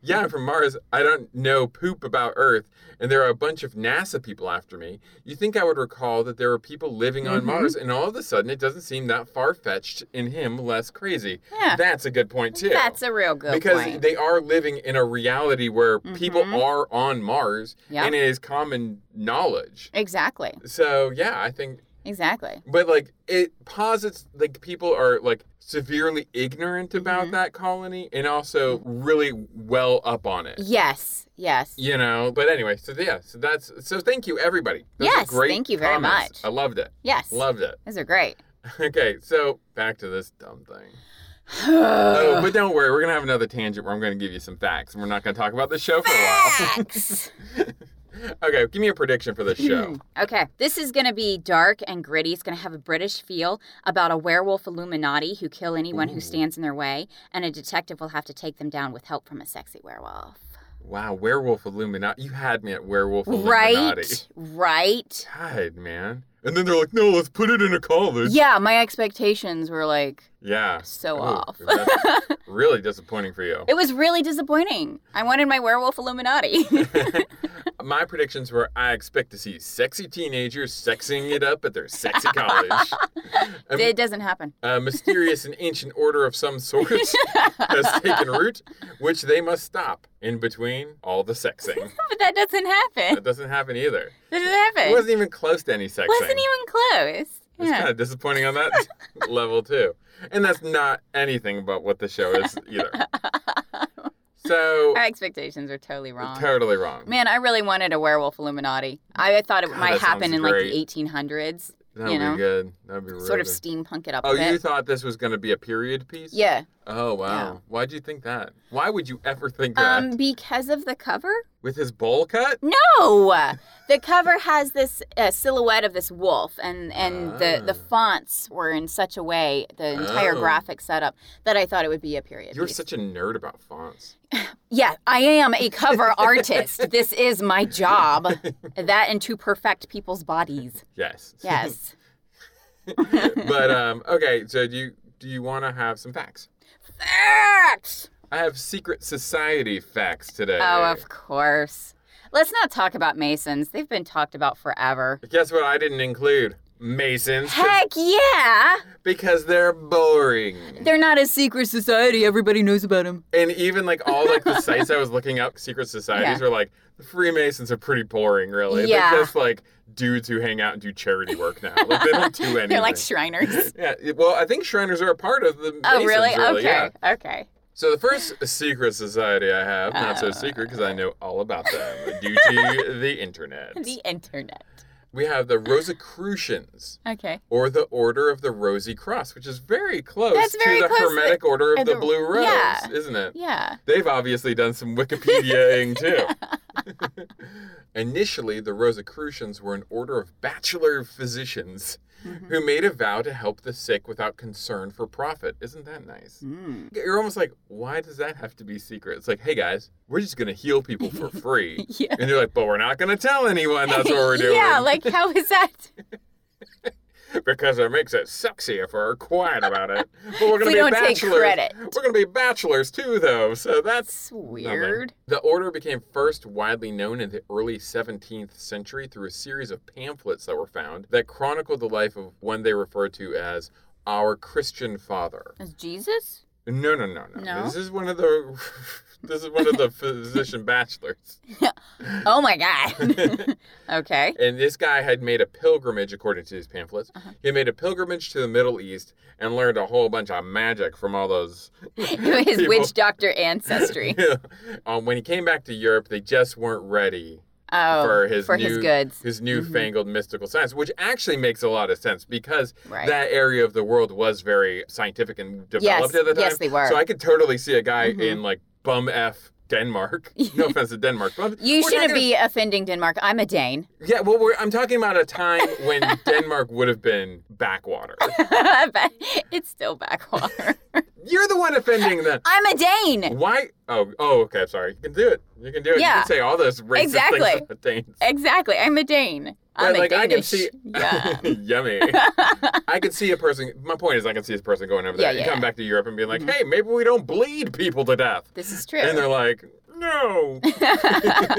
Speaker 2: Yeah, I'm from Mars. I don't know poop about Earth, and there are a bunch of NASA people after me. You think I would recall that there were people living on
Speaker 1: Mhm.
Speaker 2: Mars, and all of a sudden it doesn't seem that far fetched in him less crazy.
Speaker 1: Yeah.
Speaker 2: That's a good point, too.
Speaker 1: That's a real good
Speaker 2: because
Speaker 1: point.
Speaker 2: they are living in a reality where people
Speaker 1: Mhm.
Speaker 2: are on Mars,
Speaker 1: Yeah.
Speaker 2: and it is common knowledge.
Speaker 1: exactly.
Speaker 2: So, yeah, I think
Speaker 1: Exactly.
Speaker 2: but like it posits like people are like severely ignorant about
Speaker 1: Mhm.
Speaker 2: that colony and also really well up on it.
Speaker 1: Yes. Yes.
Speaker 2: You know, but anyway, so yeah, so that's so thank you everybody. Those are
Speaker 1: Yes,
Speaker 2: great
Speaker 1: thank you very
Speaker 2: comments.
Speaker 1: much.
Speaker 2: I loved it.
Speaker 1: Yes.
Speaker 2: Loved it.
Speaker 1: Those are great.
Speaker 2: Okay, so back to this dumb thing.
Speaker 1: Uh.
Speaker 2: Oh, but don't worry, we're gonna have another tangent where I'm gonna give you some facts, and we're not gonna talk about the show for a
Speaker 1: Facts.
Speaker 2: while. okay, give me a prediction for the show.
Speaker 1: okay. This is going to be dark and gritty. It's going to have a British feel about a werewolf Illuminati who kill anyone
Speaker 2: Ooh.
Speaker 1: who stands in their way, and a detective will have to take them down with help from a sexy werewolf.
Speaker 2: wow, werewolf Illuminati. You had me at werewolf Illuminati.
Speaker 1: Right? Right?
Speaker 2: God, man. And then they're like, no, let's put it in a college.
Speaker 1: Yeah, my expectations were like
Speaker 2: Yeah.
Speaker 1: so
Speaker 2: Ooh,
Speaker 1: off.
Speaker 2: that's really disappointing for you.
Speaker 1: It was really disappointing. I wanted my werewolf Illuminati.
Speaker 2: My predictions were I expect to see sexy teenagers sexing it up at their sexy college. A-
Speaker 1: it doesn't happen.
Speaker 2: a mysterious and ancient order of some sort has taken root, which they must stop in between all the sexing.
Speaker 1: But that doesn't happen.
Speaker 2: That doesn't happen either.
Speaker 1: That doesn't happen.
Speaker 2: It wasn't even close to any sexing.
Speaker 1: Wasn't even close.
Speaker 2: It's kind
Speaker 1: Yeah.
Speaker 2: of disappointing on that level too, and that's not anything about what the show is either. So
Speaker 1: Our expectations were totally wrong.
Speaker 2: totally wrong.
Speaker 1: Man, I really wanted a werewolf Illuminati. I thought it
Speaker 2: God, that
Speaker 1: might happen
Speaker 2: sounds
Speaker 1: in
Speaker 2: great.
Speaker 1: like the 1800s,
Speaker 2: That'd
Speaker 1: you
Speaker 2: be
Speaker 1: know,
Speaker 2: good. That'd be really
Speaker 1: sort of
Speaker 2: good.
Speaker 1: steampunk it up
Speaker 2: Oh,
Speaker 1: a bit.
Speaker 2: you thought this was gonna be a period piece?
Speaker 1: yeah.
Speaker 2: Oh wow. Why'd you think that? Why would you ever think that?
Speaker 1: Um, because of the cover?
Speaker 2: With his bowl cut?
Speaker 1: No. The cover has this uh, silhouette of this wolf, and and the the
Speaker 2: Ah.
Speaker 1: fonts were in such a way, the entire
Speaker 2: Oh.
Speaker 1: graphic setup, that I thought it would be a period
Speaker 2: You're
Speaker 1: piece.
Speaker 2: such a nerd about fonts.
Speaker 1: Yeah, I am a cover artist. This is my job. That and to perfect people's bodies.
Speaker 2: Yes.
Speaker 1: Yes.
Speaker 2: but um, okay. So do you do you want to have some facts?
Speaker 1: Facts!
Speaker 2: I have secret society facts today.
Speaker 1: Oh, of course. Let's not talk about Masons. They've been talked about forever.
Speaker 2: Guess what I didn't include? Masons. 'cause-
Speaker 1: Heck yeah!
Speaker 2: Because they're boring.
Speaker 1: They're not a secret society. Everybody knows about them.
Speaker 2: and even like all like the sites I was looking up, secret societies
Speaker 1: Yeah.
Speaker 2: were like the Freemasons are pretty boring, really.
Speaker 1: Yeah.
Speaker 2: They're just like dudes who hang out and do charity work now. Like they don't do anything.
Speaker 1: They're like Shriners.
Speaker 2: yeah, it- well, I think Shriners are a part of the.
Speaker 1: Oh,
Speaker 2: Masons,
Speaker 1: really?
Speaker 2: yeah.
Speaker 1: Okay. Okay.
Speaker 2: So the first secret society I have, not so secret
Speaker 1: Oh.
Speaker 2: because I know all about them due to the internet.
Speaker 1: The internet.
Speaker 2: We have the Rosicrucians,
Speaker 1: Okay.
Speaker 2: or the Order of the Rosy Cross, which is very close
Speaker 1: That's very
Speaker 2: to the
Speaker 1: close to the-
Speaker 2: Hermetic Order of
Speaker 1: uh,
Speaker 2: the,
Speaker 1: the-
Speaker 2: Blue Rose,
Speaker 1: yeah.
Speaker 2: isn't it?
Speaker 1: Yeah.
Speaker 2: They've obviously done some Wikipediaing too. Initially, the Rosicrucians were an order of bachelor physicians
Speaker 1: Mm-hmm.
Speaker 2: who made a vow to help the sick without concern for profit. Isn't that nice?
Speaker 1: Mm.
Speaker 2: You're almost like, why does that have to be secret? It's like, hey guys, we're just going to heal people for free.
Speaker 1: Yeah.
Speaker 2: And they're like, but we're not going to tell anyone that's what we're doing.
Speaker 1: yeah, like how is that?
Speaker 2: because it makes it sexier for her quiet about it. But
Speaker 1: we
Speaker 2: we're going to be
Speaker 1: don't take
Speaker 2: bachelors.
Speaker 1: credit.
Speaker 2: We're going to be bachelors too, though. So that's
Speaker 1: It's weird.
Speaker 2: the order became first widely known in the early 17th century through a series of pamphlets that were found that chronicled the life of one they referred to as our Christian father.
Speaker 1: Is Jesus?
Speaker 2: No, no, no, no.
Speaker 1: No?
Speaker 2: This is one of the this is one of the physician bachelors.
Speaker 1: Oh my god. okay.
Speaker 2: And this guy had made a pilgrimage, according to these pamphlets.
Speaker 1: Uh-huh.
Speaker 2: He made a pilgrimage to the Middle East and learned a whole bunch of magic from all those.
Speaker 1: His
Speaker 2: people.
Speaker 1: witch doctor ancestry.
Speaker 2: um, when he came back to Europe, they just weren't ready
Speaker 1: Oh,
Speaker 2: for his
Speaker 1: for
Speaker 2: new,
Speaker 1: his goods.
Speaker 2: his newfangled mystical science, which actually makes a lot of sense because
Speaker 1: Right.
Speaker 2: that area of the world was very scientific and developed at the time.
Speaker 1: yes, they were.
Speaker 2: So I could totally see a guy
Speaker 1: Mhm.
Speaker 2: in like bum f Denmark. No offense to Denmark, but
Speaker 1: you
Speaker 2: we're not
Speaker 1: shouldn't
Speaker 2: gonna-
Speaker 1: be offending Denmark. I'm a Dane.
Speaker 2: Yeah, well, we're, I'm talking about a time when Denmark would have been backwater.
Speaker 1: but it's still backwater.
Speaker 2: You're the one offending them.
Speaker 1: I'm a Dane.
Speaker 2: Why? Oh, oh, okay. I'm Sorry. You can do it. You can do it. You
Speaker 1: Yeah.
Speaker 2: can say all those racist
Speaker 1: Exactly.
Speaker 2: things. about Danes.
Speaker 1: Exactly. I'm a Dane. I'm
Speaker 2: Right,
Speaker 1: a
Speaker 2: like, I
Speaker 1: Danish.
Speaker 2: can see-
Speaker 1: Yeah.
Speaker 2: Yummy. I could see a person. My point is, I could see this person going over there
Speaker 1: Yeah,
Speaker 2: and
Speaker 1: yeah,
Speaker 2: coming
Speaker 1: yeah.
Speaker 2: back to Europe and being like, "Hey, maybe we don't bleed people to death."
Speaker 1: this is true.
Speaker 2: And they're like, "No."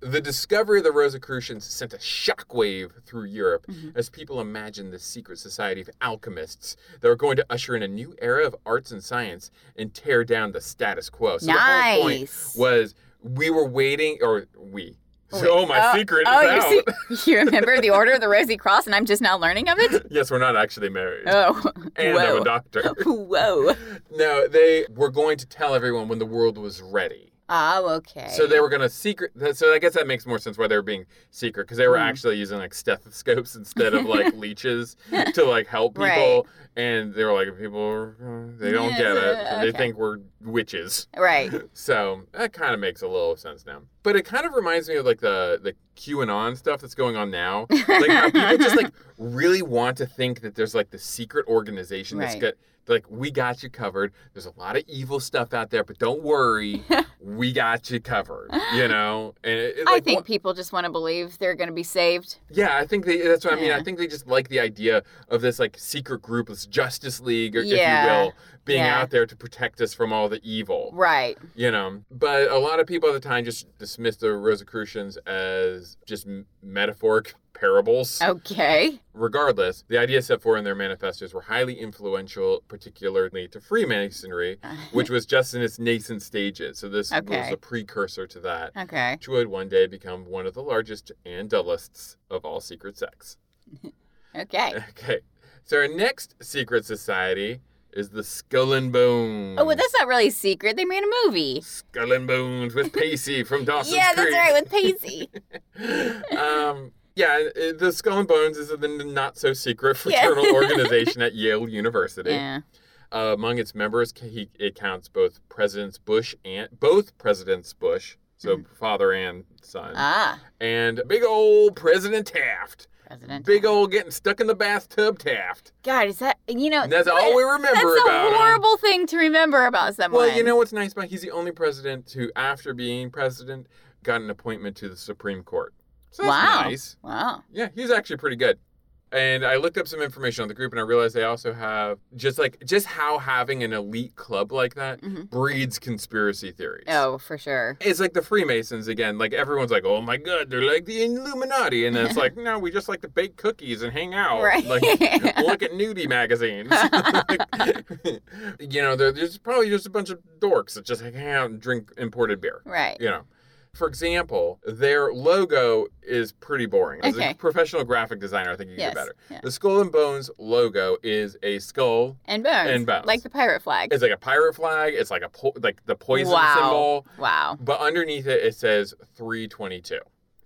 Speaker 2: The discovery of the Rosicrucians sent a shockwave through Europe
Speaker 1: Mm-hmm.
Speaker 2: as people imagined the secret society of alchemists that were going to usher in a new era of arts and science and tear down the status quo. So the whole point
Speaker 1: Nice.
Speaker 2: was we were waiting, or we.
Speaker 1: Oh,
Speaker 2: So oh, my
Speaker 1: oh,
Speaker 2: secret
Speaker 1: oh,
Speaker 2: is
Speaker 1: you
Speaker 2: out.
Speaker 1: see- you remember the Order of the Rosy Cross, and I'm just now learning of it.
Speaker 2: yes, we're not actually married.
Speaker 1: Oh,
Speaker 2: and I'm a
Speaker 1: whoa,
Speaker 2: doctor.
Speaker 1: whoa.
Speaker 2: no, they were going to tell everyone when the world was ready.
Speaker 1: Oh, okay.
Speaker 2: So they were gonna secret. that- So I guess that makes more sense why they were being secret because they were
Speaker 1: Mhm.
Speaker 2: actually using like stethoscopes instead of like leeches to like help people.
Speaker 1: Right.
Speaker 2: And they were like, people, are- they don't get it.
Speaker 1: Yeah,
Speaker 2: They
Speaker 1: okay.
Speaker 2: think we're witches.
Speaker 1: right.
Speaker 2: So that kind of makes a little sense now. But it kind of reminds me of like the the QAnon stuff that's going on now. Like how people just like really want to think that there's like the secret organization that's
Speaker 1: Right.
Speaker 2: got like we got you covered. There's a lot of evil stuff out there, but don't worry, we got you covered. You know, and it, it,
Speaker 1: I
Speaker 2: like,
Speaker 1: think
Speaker 2: what-
Speaker 1: people just want to believe they're going to be saved.
Speaker 2: yeah, I think they, that's what I mean.
Speaker 1: Yeah.
Speaker 2: I think they just like the idea of this like secret group, this Justice League, or,
Speaker 1: Yeah.
Speaker 2: if you will, being
Speaker 1: Yeah.
Speaker 2: out there to protect us from all the evil.
Speaker 1: Right.
Speaker 2: you know but a lot of people at the time just dismissed the rosicrucians as just m- metaphoric parables
Speaker 1: Okay.
Speaker 2: regardless the ideas set forth in their manifestos were highly influential particularly to freemasonry which was just in its nascent stages so this was
Speaker 1: Okay.
Speaker 2: a precursor to that
Speaker 1: okay.
Speaker 2: which would one day become one of the largest and dullest of all secret sects
Speaker 1: Okay.
Speaker 2: okay so our next secret society is the skull and bones
Speaker 1: Oh, well, that's not really a secret. They made a movie.
Speaker 2: skull and bones with pacey from dawson's
Speaker 1: yeah,
Speaker 2: Creek.
Speaker 1: that's right, with Pacey.
Speaker 2: um, yeah, it- the Skull and Bones is the not so secret fraternal
Speaker 1: Yeah.
Speaker 2: organization at Yale University.
Speaker 1: yeah.
Speaker 2: Uh, among its members, ca- he, it counts both Presidents Bush and both Presidents Bush, so father and son,
Speaker 1: Ah,
Speaker 2: and big old President Taft.
Speaker 1: President.
Speaker 2: Big old getting stuck in the bathtub Taft.
Speaker 1: God, is that, you know,
Speaker 2: And that's all we
Speaker 1: that's
Speaker 2: remember
Speaker 1: a
Speaker 2: about him.
Speaker 1: horrible thing to remember about someone.
Speaker 2: Well, you know what's nice about he's the only president who, after being president, got an appointment to the Supreme Court. So that's
Speaker 1: Wow.
Speaker 2: nice.
Speaker 1: Wow.
Speaker 2: Yeah, he's actually pretty good. And I looked up some information on the group and I realized they also have just like just how having an elite club like that
Speaker 1: Mhm.
Speaker 2: breeds conspiracy theories.
Speaker 1: Oh, for sure.
Speaker 2: It's like the Freemasons again. Like everyone's like, "Oh my god, they're like the Illuminati." And then it's like, "No, we just like to bake cookies and hang out."
Speaker 1: Right.
Speaker 2: Like look at nudie magazines. you know, there- there's probably just a bunch of dorks that just hang out and drink imported beer
Speaker 1: Right.
Speaker 2: you know. For example, their logo is pretty boring. As a
Speaker 1: Okay.
Speaker 2: professional graphic designer, I think you can
Speaker 1: Yes.
Speaker 2: do better.
Speaker 1: Yeah.
Speaker 2: The Skull and Bones logo is a skull.
Speaker 1: And bones.
Speaker 2: And bones.
Speaker 1: Like the pirate flag.
Speaker 2: It's like a pirate flag. It's like a po- like the poison
Speaker 1: wow.
Speaker 2: symbol.
Speaker 1: Wow.
Speaker 2: But underneath it, it says 322.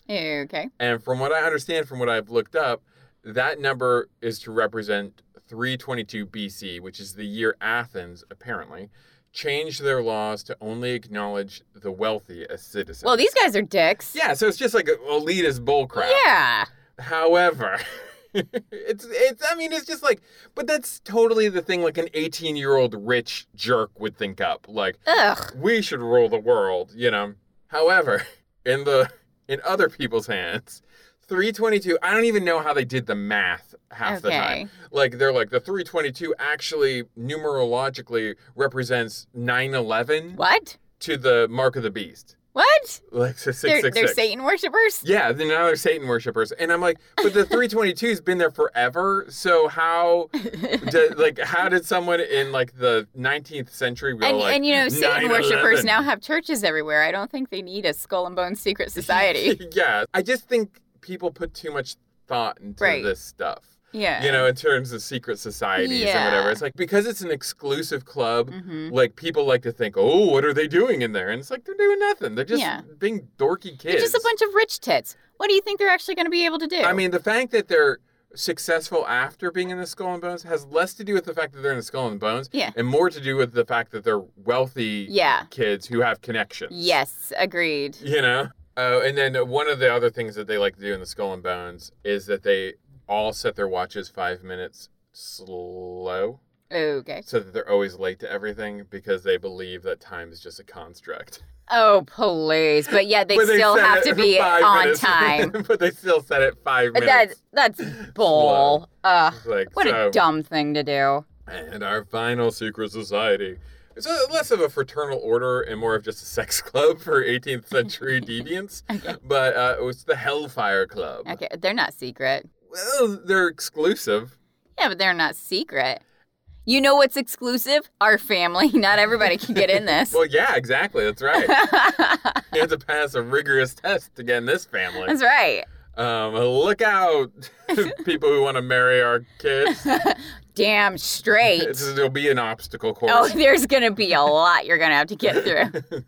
Speaker 1: Okay.
Speaker 2: And from what I understand, from what I've looked up, that number is to represent 322 BC, which is the year Athens apparently changed their laws to only acknowledge the wealthy as citizens.
Speaker 1: Well, these guys are dicks.
Speaker 2: Yeah, so it's just like elitist bullcrap.
Speaker 1: Yeah.
Speaker 2: However, it's it's I mean it's just like but that's totally the thing like an 18-year-old rich jerk would think up. Like
Speaker 1: Ugh.
Speaker 2: we should rule the world, you know. However, in the in other people's hands, 322, I don't even know how they did the math half the time.
Speaker 1: Okay.
Speaker 2: Like they're like the 322 actually numerologically represents 911
Speaker 1: What?
Speaker 2: to the mark of the beast.
Speaker 1: What?
Speaker 2: Like so
Speaker 1: They're, they're
Speaker 2: 666.
Speaker 1: Satan worshippers?
Speaker 2: Yeah, then now they're Satan worshippers, and I'm like, but the 322's been there forever. So how, did, like, how did someone in like the 19th century go
Speaker 1: And,
Speaker 2: like,
Speaker 1: and you know, Satan
Speaker 2: 9/11?
Speaker 1: worshippers now have churches everywhere. I don't think they need a skull and bones secret society.
Speaker 2: yeah, I just think people put too much thought into
Speaker 1: Right.
Speaker 2: this stuff.
Speaker 1: Yeah.
Speaker 2: You know, in terms of secret societies and
Speaker 1: Yeah.
Speaker 2: whatever. It's like because it's an exclusive club,
Speaker 1: hmm
Speaker 2: like people like to think, oh, what are they doing in there? And it's like they're doing nothing. They're just
Speaker 1: Yeah.
Speaker 2: being dorky kids.
Speaker 1: They're just a bunch of rich tits. What do you think they're actually going to be able to do?
Speaker 2: I mean, the fact that they're successful after being in the Skull and Bones has less to do with the fact that they're in the Skull and Bones
Speaker 1: Yeah.
Speaker 2: and more to do with the fact that they're wealthy
Speaker 1: yeah.
Speaker 2: kids who have connections.
Speaker 1: Yes, agreed.
Speaker 2: You know? Oh, and then one of the other things that they like to do in the Skull and Bones is that they all set their watches five minutes slow
Speaker 1: Okay.
Speaker 2: so that they're always late to everything because they believe that time is just a construct.
Speaker 1: Oh, please. But yeah, they
Speaker 2: But
Speaker 1: still
Speaker 2: set
Speaker 1: have
Speaker 2: it
Speaker 1: to be
Speaker 2: five
Speaker 1: on
Speaker 2: minutes-
Speaker 1: time.
Speaker 2: but they still set it five
Speaker 1: That's
Speaker 2: minutes.
Speaker 1: that's bull. Ugh.
Speaker 2: Like,
Speaker 1: What
Speaker 2: so-
Speaker 1: a dumb thing to do.
Speaker 2: And our final secret society. It's a, less of a fraternal order and more of just a sex club for 18th century deviants.
Speaker 1: Okay.
Speaker 2: But uh, it was the Hellfire Club.
Speaker 1: Okay, they're not secret.
Speaker 2: Well, they're exclusive.
Speaker 1: Yeah, but they're not secret. You know what's exclusive? Our family. Not everybody can get in this.
Speaker 2: Well, yeah, exactly. That's right. you have to pass a rigorous test to get in this family.
Speaker 1: That's right.
Speaker 2: Um, look out, people who want to marry our kids.
Speaker 1: Damn straight.
Speaker 2: It's, it'll be an obstacle course.
Speaker 1: Oh, there's going to be a lot you're going to have to get through.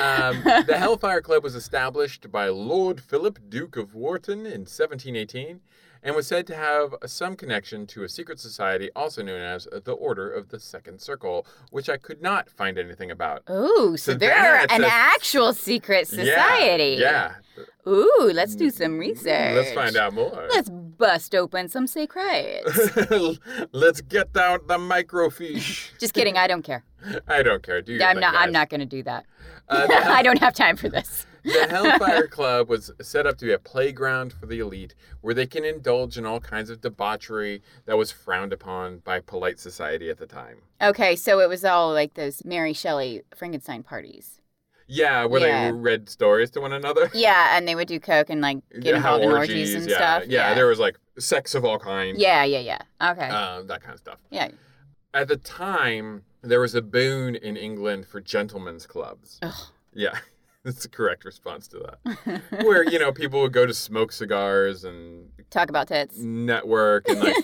Speaker 2: um, the Hellfire Club was established by Lord Philip, Duke of Wharton, in 1718, and was said to have some connection to a secret society also known as the Order of the Second Circle, which I could not find anything about.
Speaker 1: Ooh, so,
Speaker 2: So
Speaker 1: they're
Speaker 2: that's
Speaker 1: an
Speaker 2: a-
Speaker 1: actual secret society.
Speaker 2: Yeah. yeah.
Speaker 1: Ooh, let's do some research.
Speaker 2: Let's find out more.
Speaker 1: Let's bust open some secrets.
Speaker 2: Let's get out the microfiche.
Speaker 1: Just kidding. I don't care.
Speaker 2: I don't care. Do you?
Speaker 1: I'm not. I'm not going to do that.
Speaker 2: Uh, the-
Speaker 1: I don't have time for this.
Speaker 2: The Hellfire Club was set up to be a playground for the elite where they can indulge in all kinds of debauchery that was frowned upon by polite society at the time.
Speaker 1: Okay, so it was all like those Mary Shelley Frankenstein parties.
Speaker 2: Yeah, where
Speaker 1: Yeah.
Speaker 2: they read stories to one another.
Speaker 1: Yeah, and they would do coke and like get
Speaker 2: Yeah,
Speaker 1: involved in orgies and
Speaker 2: yeah,
Speaker 1: stuff.
Speaker 2: Yeah, there was like sex of all kinds,
Speaker 1: yeah, yeah, yeah. Okay.
Speaker 2: um, that kind of stuff.
Speaker 1: yeah.
Speaker 2: At the time, there was a boon in England for gentlemen's clubs.
Speaker 1: Ugh.
Speaker 2: Yeah, that's the correct response to that. where, you know, people would go to smoke cigars and
Speaker 1: Talk about tits.
Speaker 2: network and like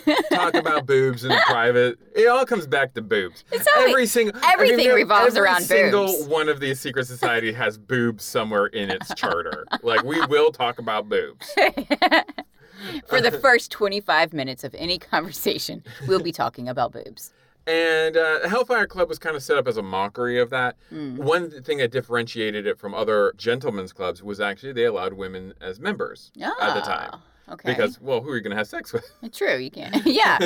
Speaker 2: talk about boobs in private. It all comes back to boobs.
Speaker 1: It's always-
Speaker 2: every single
Speaker 1: everything revolves
Speaker 2: every
Speaker 1: around
Speaker 2: single
Speaker 1: boobs.
Speaker 2: one of these secret society has boobs somewhere in its charter. like we will talk about boobs. Mm.
Speaker 1: For the first 25 minutes of any conversation, we'll be talking about boobs.
Speaker 2: And uh, Hellfire Club was kind of set up as a mockery of that.
Speaker 1: Mm.
Speaker 2: One thing that differentiated it from other gentlemen's clubs was actually they allowed women as members at the time.
Speaker 1: Oh, Okay.
Speaker 2: Because well, who are you going to have sex with?
Speaker 1: True, you can't. yeah.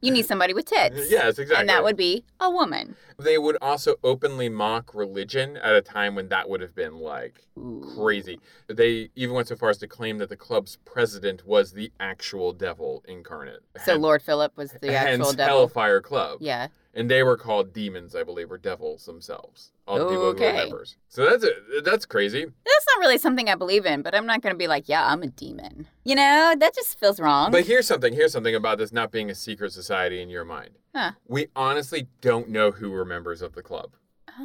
Speaker 1: you need somebody with tits.
Speaker 2: yes, exactly.
Speaker 1: And that would be a woman.
Speaker 2: They would also openly mock religion at a time when that would have been like
Speaker 1: Ooh.
Speaker 2: crazy. They even went so far as to claim that the club's president was the actual devil incarnate.
Speaker 1: So
Speaker 2: Hen-
Speaker 1: Lord Philip was the actual
Speaker 2: hence
Speaker 1: devil.
Speaker 2: Hellfire Club.
Speaker 1: Yeah.
Speaker 2: And they were called demons, I believe, or devils themselves. All the people who were
Speaker 1: Okay.
Speaker 2: members. So that's a, that's crazy.
Speaker 1: That's not really something I believe in, but I'm not going to be like, yeah, I'm a demon. You know, that just feels wrong.
Speaker 2: But here's something. Here's something about this not being a secret society in your mind.
Speaker 1: Huh.
Speaker 2: We honestly don't know who were members of the club.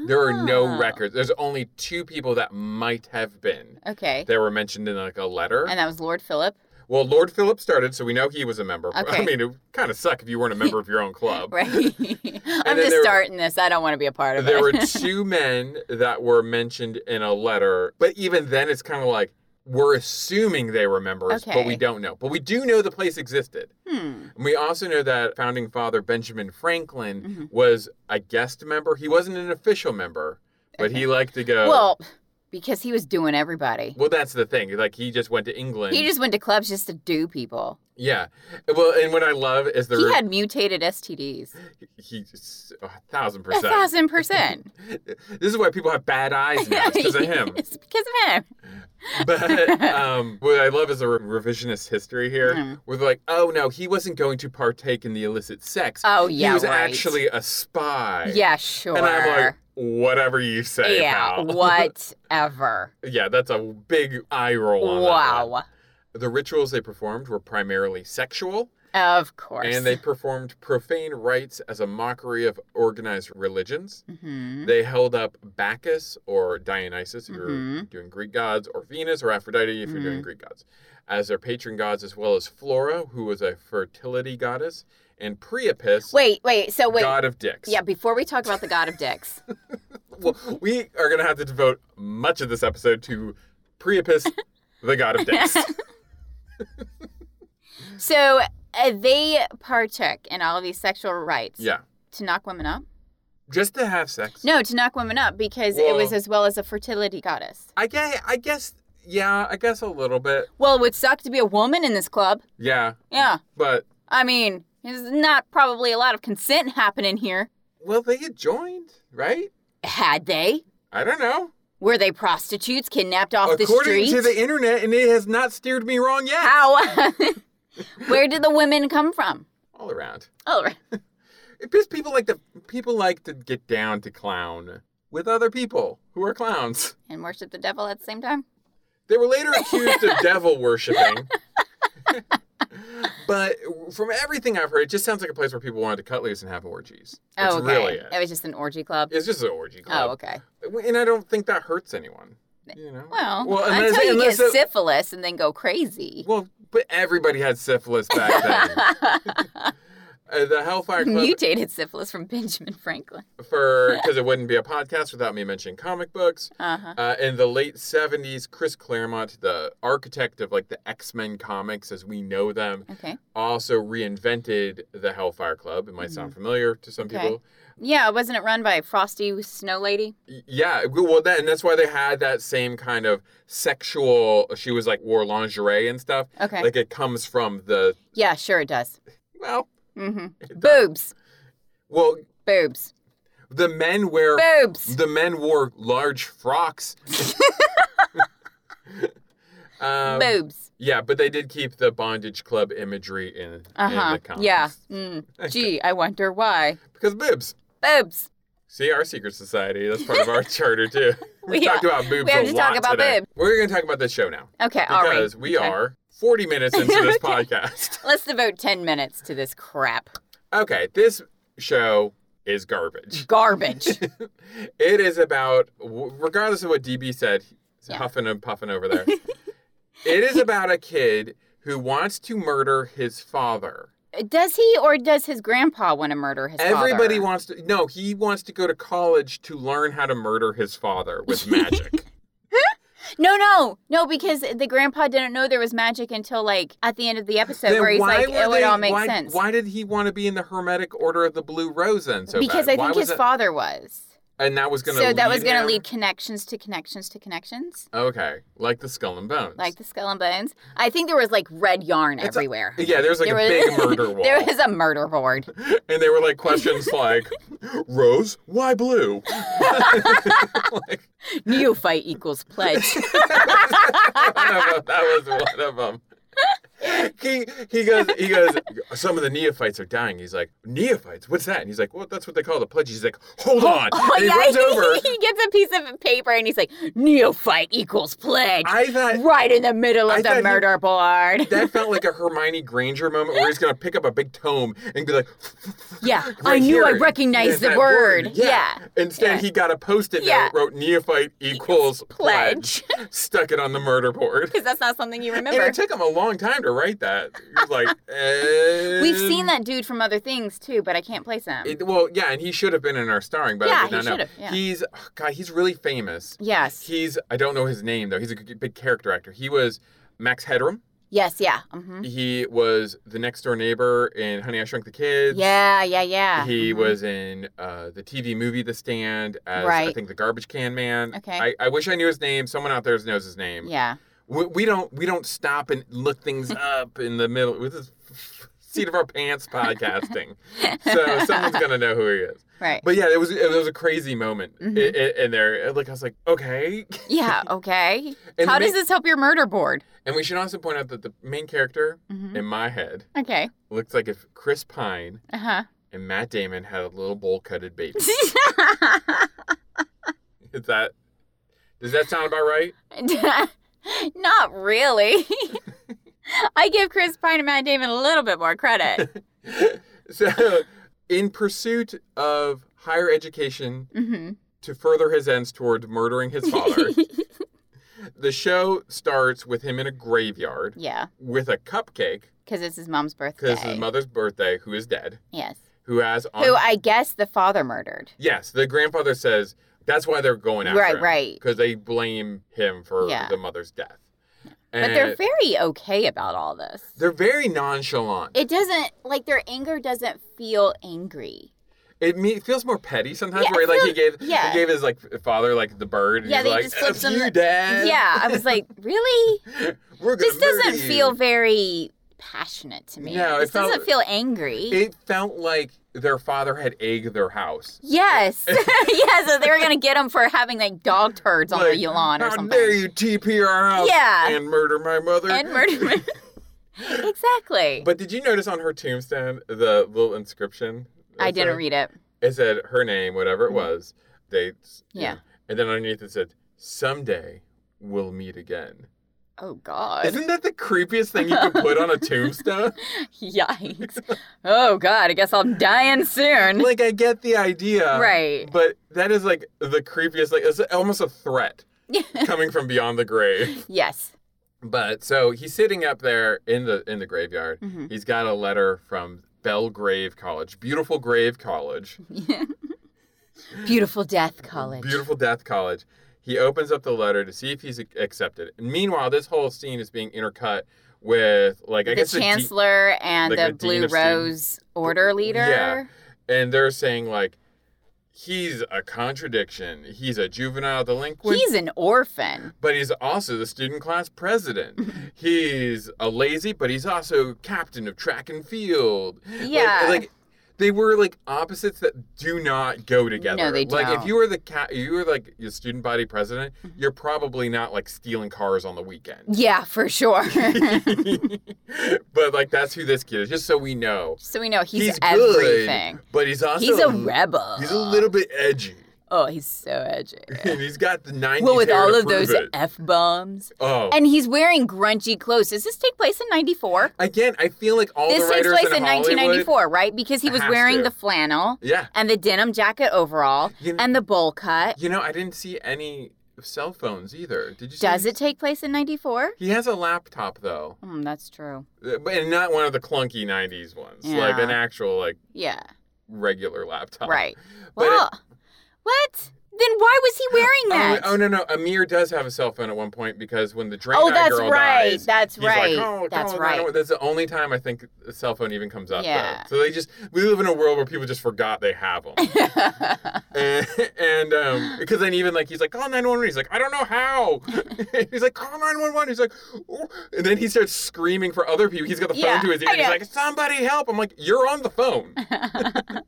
Speaker 2: There are no
Speaker 1: Oh.
Speaker 2: records. There's only two people that might have been.
Speaker 1: Okay.
Speaker 2: They were mentioned in like a letter.
Speaker 1: And that was Lord Philip.
Speaker 2: Well, Lord Philip started, so we know he was a member. I
Speaker 1: Okay.
Speaker 2: mean, it kind of suck if you weren't a member of your own club.
Speaker 1: Right. I'm
Speaker 2: then
Speaker 1: just
Speaker 2: there-
Speaker 1: starting this. I don't want to be a part of
Speaker 2: There
Speaker 1: it.
Speaker 2: were two men that were mentioned in a letter, but even then, it's kind of like We're assuming they were members, but we
Speaker 1: Okay.
Speaker 2: don't know. But we do know the place existed.
Speaker 1: Hmm.
Speaker 2: And we also know that founding father Benjamin Franklin
Speaker 1: Mhm.
Speaker 2: was a guest member. He wasn't an official member, but he liked to go.
Speaker 1: Well, because he was doing everybody.
Speaker 2: Uh, Well, that's the thing. Like he just went to England.
Speaker 1: He just went to clubs just to do people.
Speaker 2: yeah. Well, and what I love is the
Speaker 1: He had mutated STDs.
Speaker 2: he just a thousand
Speaker 1: A
Speaker 2: percent.
Speaker 1: thousand percent.
Speaker 2: This is why people have bad eyes now because of him.
Speaker 1: It's because of him.
Speaker 2: But um, what I love is the re- revisionist history here,
Speaker 1: Mhm.
Speaker 2: where they're like, "Oh no, he wasn't going to partake in the illicit sex.
Speaker 1: Oh yeah,
Speaker 2: he was
Speaker 1: right.
Speaker 2: actually a spy."
Speaker 1: Yeah, sure.
Speaker 2: And I'm like, whatever you say,
Speaker 1: yeah,
Speaker 2: pal."
Speaker 1: whatever.
Speaker 2: yeah, that's a big eye roll. On that one.
Speaker 1: wow.
Speaker 2: The rituals they performed were primarily sexual,
Speaker 1: Of course.
Speaker 2: and they performed profane rites as a mockery of organized religions.
Speaker 1: hmm
Speaker 2: They held up Bacchus or Dionysus, if you're
Speaker 1: Mhm.
Speaker 2: doing Greek gods, or Venus or Aphrodite, if you're doing
Speaker 1: Mhm.
Speaker 2: Greek gods, as their patron gods, as well as Flora, who was a fertility goddess, and Priapus,
Speaker 1: Wait, wait. So wait.
Speaker 2: god of dicks.
Speaker 1: Yeah, before we talk about the god of dicks,
Speaker 2: Well, we are going to have to devote much of this episode to Priapus, the god of dicks.
Speaker 1: so uh, they partook in all of these sexual rites
Speaker 2: Yeah.
Speaker 1: to knock women up.
Speaker 2: Just to have sex.
Speaker 1: No, to knock women up because it was
Speaker 2: Well-
Speaker 1: as well as a fertility goddess.
Speaker 2: I guess, I guess, yeah, I guess a little bit.
Speaker 1: Well, it would suck to be a woman in this club.
Speaker 2: Yeah.
Speaker 1: Yeah,
Speaker 2: But,
Speaker 1: I mean, there's not probably a lot of consent happening here.
Speaker 2: well, they had joined, right?
Speaker 1: Had they?
Speaker 2: I don't know.
Speaker 1: Were they prostitutes kidnapped off the
Speaker 2: According
Speaker 1: street?
Speaker 2: to the internet, and it has not steered me wrong yet.
Speaker 1: How? Where did the women come from?
Speaker 2: All around.
Speaker 1: Oh, right.
Speaker 2: It pisses people like to people like to get down to clown with other people who are clowns.
Speaker 1: and worship the devil at the same time.
Speaker 2: They were later accused of devil worshipping. but from everything I've heard, it just sounds like a place where people wanted to cut loose and have orgies. That's
Speaker 1: oh, okay.
Speaker 2: really it.
Speaker 1: was just an orgy club.
Speaker 2: It's just an orgy
Speaker 1: Oh,
Speaker 2: club.
Speaker 1: okay.
Speaker 2: And I don't think that hurts anyone. You know?
Speaker 1: Well,
Speaker 2: unless-
Speaker 1: until you
Speaker 2: unless
Speaker 1: get
Speaker 2: it-
Speaker 1: syphilis and then go crazy.
Speaker 2: Well, but everybody had syphilis back then. Uh, the Hellfire Club
Speaker 1: Mutated syphilis from Benjamin Franklin.
Speaker 2: for because it wouldn't be a podcast without me mentioning comic books.
Speaker 1: Uh-huh.
Speaker 2: Uh, in the late 70s, Chris Claremont, the architect of like the X Men comics as we know them,
Speaker 1: Okay.
Speaker 2: also reinvented the Hellfire Club. It might sound familiar to some
Speaker 1: Mm-hmm. Okay.
Speaker 2: people.
Speaker 1: Yeah, wasn't it run by Frosty Snow Lady?
Speaker 2: Y- Yeah, well, that, and that's why they had that same kind of sexual. She was like wore lingerie and stuff.
Speaker 1: Okay.
Speaker 2: Like it comes from the
Speaker 1: yeah, sure it does.
Speaker 2: well,
Speaker 1: Mm-hmm.
Speaker 2: it does-
Speaker 1: Boobs.
Speaker 2: well,
Speaker 1: Boobs.
Speaker 2: the men wear
Speaker 1: Boobs.
Speaker 2: The men wore large frocks. um,
Speaker 1: Boobs.
Speaker 2: Yeah, but they did keep the bondage club imagery in, in
Speaker 1: Uh-huh.
Speaker 2: the comics.
Speaker 1: Yeah. Mm. Gee, I wonder why.
Speaker 2: Because boobs.
Speaker 1: Boobs.
Speaker 2: See, our secret society, that's part of our charter too. We,
Speaker 1: We
Speaker 2: talked about boobs
Speaker 1: we have
Speaker 2: a
Speaker 1: to
Speaker 2: lot
Speaker 1: talk about
Speaker 2: today.
Speaker 1: boobs.
Speaker 2: We're going to talk about this show now.
Speaker 1: Okay, all right.
Speaker 2: Because we
Speaker 1: Okay.
Speaker 2: are 40 minutes into this
Speaker 1: Okay.
Speaker 2: podcast.
Speaker 1: Let's devote 10 minutes to this crap.
Speaker 2: Okay, this show is garbage.
Speaker 1: Garbage.
Speaker 2: it is about w- regardless of what DB said, he's
Speaker 1: Yeah.
Speaker 2: huffing and puffing over there. it is about a kid who wants to murder his father.
Speaker 1: Does he or does his grandpa want to murder his
Speaker 2: Everybody
Speaker 1: father?
Speaker 2: wants to no, he wants to go to college to learn how to murder his father with magic.
Speaker 1: No, no, no, because the grandpa didn't know there was magic until like at the end of the episode
Speaker 2: Then
Speaker 1: where he's like,
Speaker 2: were
Speaker 1: "It would
Speaker 2: they-
Speaker 1: all make
Speaker 2: why,
Speaker 1: sense."
Speaker 2: Why did he want to be in the Hermetic Order of the Blue Rose then? So
Speaker 1: because
Speaker 2: bad?
Speaker 1: I
Speaker 2: Why
Speaker 1: think
Speaker 2: was
Speaker 1: his
Speaker 2: that-
Speaker 1: father was.
Speaker 2: and that was going to
Speaker 1: So that was
Speaker 2: going
Speaker 1: going to lead connections to connections to connections,
Speaker 2: Okay, like the Skull and Bones.
Speaker 1: like the skull and bones. I think there was like red yarn
Speaker 2: It's a-
Speaker 1: everywhere.
Speaker 2: yeah, there's like
Speaker 1: there was
Speaker 2: a big murder wall.
Speaker 1: there was a murder board.
Speaker 2: and they were like questions like rose why blue like,
Speaker 1: Neophyte equals pledge.
Speaker 2: one of them- that was one of them he, he goes he goes some of the neophytes are dying he's like neophytes what's that and he's like well that's what they call the pledge he's like hold on
Speaker 1: Oh,
Speaker 2: and he
Speaker 1: yeah,
Speaker 2: runs over
Speaker 1: he gets a piece of paper and he's like, "Neophyte equals pledge."
Speaker 2: i thought
Speaker 1: right in the middle
Speaker 2: I
Speaker 1: of
Speaker 2: thought he-
Speaker 1: the murder board.
Speaker 2: that felt like a hermione granger moment where he's gonna pick up a big tome and be like
Speaker 1: yeah, I
Speaker 2: right
Speaker 1: knew
Speaker 2: here.
Speaker 1: I recognized
Speaker 2: There's
Speaker 1: the
Speaker 2: that
Speaker 1: word. Yeah.
Speaker 2: Instead,
Speaker 1: Yeah.
Speaker 2: he got a post-it
Speaker 1: Yeah.
Speaker 2: note, wrote "neophyte equals
Speaker 1: Pledge.
Speaker 2: pledge," stuck it on the murder board.
Speaker 1: Because that's not something you
Speaker 2: And
Speaker 1: remember.
Speaker 2: it took him a long time to write that. He was like, eh.
Speaker 1: We've seen that dude from other things too, but I can't place him.
Speaker 2: It- well, yeah, and he should have been in our starring, but
Speaker 1: Yeah,
Speaker 2: I did
Speaker 1: he
Speaker 2: not know.
Speaker 1: should've, yeah.
Speaker 2: He's oh, God. He's really famous.
Speaker 1: yes.
Speaker 2: He's I don't know his name though. He's a g- big character actor. He was Max Headroom.
Speaker 1: yes. Yeah. hmm
Speaker 2: He was the next door neighbor in Honey I Shrunk the Kids.
Speaker 1: Yeah. Yeah. Yeah.
Speaker 2: He
Speaker 1: Mhm.
Speaker 2: was in uh, the TV movie The Stand as I
Speaker 1: Right.
Speaker 2: think the garbage can man.
Speaker 1: Okay.
Speaker 2: I, I wish I knew his name. Someone out there knows his name.
Speaker 1: Yeah.
Speaker 2: We, we don't we don't stop and look things up in the middle with this seat of our pants podcasting. so someone's gonna know who he is.
Speaker 1: Right.
Speaker 2: But yeah, it was it was a crazy moment i-
Speaker 1: Mhm.
Speaker 2: i- in there. Like I was like, okay.
Speaker 1: yeah. Okay.
Speaker 2: And
Speaker 1: How
Speaker 2: the
Speaker 1: does
Speaker 2: main-
Speaker 1: this help your murder board?
Speaker 2: And we should also point out that the main character
Speaker 1: hmm
Speaker 2: in my head
Speaker 1: Okay.
Speaker 2: looks like if Chris Pine
Speaker 1: Uh huh.
Speaker 2: and Matt Damon had a little bowl cutted baby. Is that does that sound about right?
Speaker 1: Not really. I give Chris Pine and Matt Damon a little bit more credit.
Speaker 2: so, in pursuit of higher education
Speaker 1: hmm
Speaker 2: to further his ends toward murdering his father, the show starts with him in a graveyard
Speaker 1: yeah,
Speaker 2: with a cupcake
Speaker 1: because it's his mom's birthday.
Speaker 2: because his mother's birthday, who is dead,
Speaker 1: yes.
Speaker 2: who has on
Speaker 1: Who I guess the father murdered.
Speaker 2: yes, the grandfather says that's why they're going after
Speaker 1: Right, right.
Speaker 2: because they blame him for
Speaker 1: Yeah.
Speaker 2: the mother's death.
Speaker 1: But they're very okay about all this.
Speaker 2: they're very nonchalant.
Speaker 1: It doesn't like their anger doesn't feel angry.
Speaker 2: It, me, it feels more petty sometimes,
Speaker 1: Yeah,
Speaker 2: where
Speaker 1: it
Speaker 2: like he gave
Speaker 1: yeah.
Speaker 2: he gave his like father like the bird. And
Speaker 1: Yeah,
Speaker 2: he's
Speaker 1: they
Speaker 2: like,
Speaker 1: just slipped
Speaker 2: "F
Speaker 1: some-
Speaker 2: you, dad.
Speaker 1: Yeah, I was like, really?
Speaker 2: we're gonna
Speaker 1: This doesn't
Speaker 2: murder you."
Speaker 1: feel very passionate to me.
Speaker 2: No, it
Speaker 1: this doesn't
Speaker 2: felt-
Speaker 1: feel angry.
Speaker 2: It felt like their father had egged their house.
Speaker 1: Yes, yeah. So they were gonna get him for having like dog turds on their
Speaker 2: Like,
Speaker 1: yawn or
Speaker 2: How
Speaker 1: something.
Speaker 2: dare you TP our house?
Speaker 1: Yeah.
Speaker 2: and murder my mother.
Speaker 1: And murder me. exactly.
Speaker 2: But did you notice on her tombstone the little inscription?
Speaker 1: I
Speaker 2: that
Speaker 1: didn't
Speaker 2: said-
Speaker 1: read it.
Speaker 2: It said her name, whatever it
Speaker 1: Mhm.
Speaker 2: was, dates. you
Speaker 1: Yeah.
Speaker 2: know, and then underneath it said, "Someday we'll meet again."
Speaker 1: Oh God.
Speaker 2: Isn't that the creepiest thing you could put on a tombstone?
Speaker 1: Yikes. Oh God. I guess I'm dying soon.
Speaker 2: like I get the idea,
Speaker 1: Right.
Speaker 2: But that is like the creepiest. Like it's almost a threat coming from beyond the grave.
Speaker 1: yes.
Speaker 2: But so he's sitting up there in the in the graveyard.
Speaker 1: Mhm.
Speaker 2: He's got a letter from Belgrave College, beautiful Grave College,
Speaker 1: Beautiful death college.
Speaker 2: beautiful Death College. He opens up the letter to see if he's ac- accepted. And meanwhile, this whole scene is being intercut with like I
Speaker 1: the
Speaker 2: guess the de-
Speaker 1: chancellor and
Speaker 2: like
Speaker 1: the,
Speaker 2: the dean
Speaker 1: Blue
Speaker 2: of student-
Speaker 1: Rose order leader.
Speaker 2: and they're saying like he's a contradiction. He's a juvenile delinquent.
Speaker 1: He's an orphan.
Speaker 2: but he's also the student class president. he's a lazy, but he's also captain of track and field. Like-
Speaker 1: Yeah.
Speaker 2: Like, they were like opposites that do not go together.
Speaker 1: No, they
Speaker 2: Like if
Speaker 1: don't. Mm-hmm.
Speaker 2: you were the cat, you were like your student body president. You're probably not like stealing cars on the weekend.
Speaker 1: Yeah, for sure.
Speaker 2: but like that's who this kid is. Just so we know,
Speaker 1: so we know he's,
Speaker 2: he's
Speaker 1: everything.
Speaker 2: good, but he's also
Speaker 1: He's a rebel.
Speaker 2: He's a little bit edgy,
Speaker 1: Oh, he's so edgy.
Speaker 2: and he's got the '90s
Speaker 1: well, with
Speaker 2: hair
Speaker 1: all
Speaker 2: to
Speaker 1: of
Speaker 2: prove
Speaker 1: those
Speaker 2: it.
Speaker 1: f bombs,
Speaker 2: Oh,
Speaker 1: and he's wearing grungy clothes. Does this take place in '94?
Speaker 2: Again, I feel like all
Speaker 1: This
Speaker 2: the
Speaker 1: takes
Speaker 2: writers
Speaker 1: place
Speaker 2: in,
Speaker 1: in
Speaker 2: Hollywood-
Speaker 1: 1994, right? Because he was
Speaker 2: Has
Speaker 1: wearing
Speaker 2: to.
Speaker 1: the flannel
Speaker 2: Yeah,
Speaker 1: and the denim jacket overall
Speaker 2: You-
Speaker 1: and the bowl cut.
Speaker 2: you know, I didn't see any cell phones either. Did you? See
Speaker 1: Does it take place in '94?
Speaker 2: He has a laptop though,
Speaker 1: Mm, that's true.
Speaker 2: Uh, but and not one of the clunky '90s ones, like
Speaker 1: Yeah.
Speaker 2: an actual like
Speaker 1: Yeah.
Speaker 2: regular laptop.
Speaker 1: Right.
Speaker 2: Oh. But it-
Speaker 1: Well, what? Then why was he wearing
Speaker 2: Oh,
Speaker 1: that?
Speaker 2: oh, no no, Amir does have a cell phone at one point because when the drain
Speaker 1: Oh,
Speaker 2: Eye
Speaker 1: that's
Speaker 2: girl
Speaker 1: right.
Speaker 2: dies,
Speaker 1: that's
Speaker 2: he's
Speaker 1: right.
Speaker 2: like, oh,
Speaker 1: that's
Speaker 2: call
Speaker 1: right.
Speaker 2: 911. That's the only time I think a cell phone even comes up. though.
Speaker 1: Yeah.
Speaker 2: So they just we live in a world where people just forgot they have them. and and um, because then even like he's like call nine one one. He's like I don't know how. he's like call nine one one. He's like, "Oh," and then he starts screaming for other people. He's got the phone
Speaker 1: Yeah,
Speaker 2: to his ear.
Speaker 1: I
Speaker 2: And he's
Speaker 1: know.
Speaker 2: like somebody help. I'm like you're on the phone.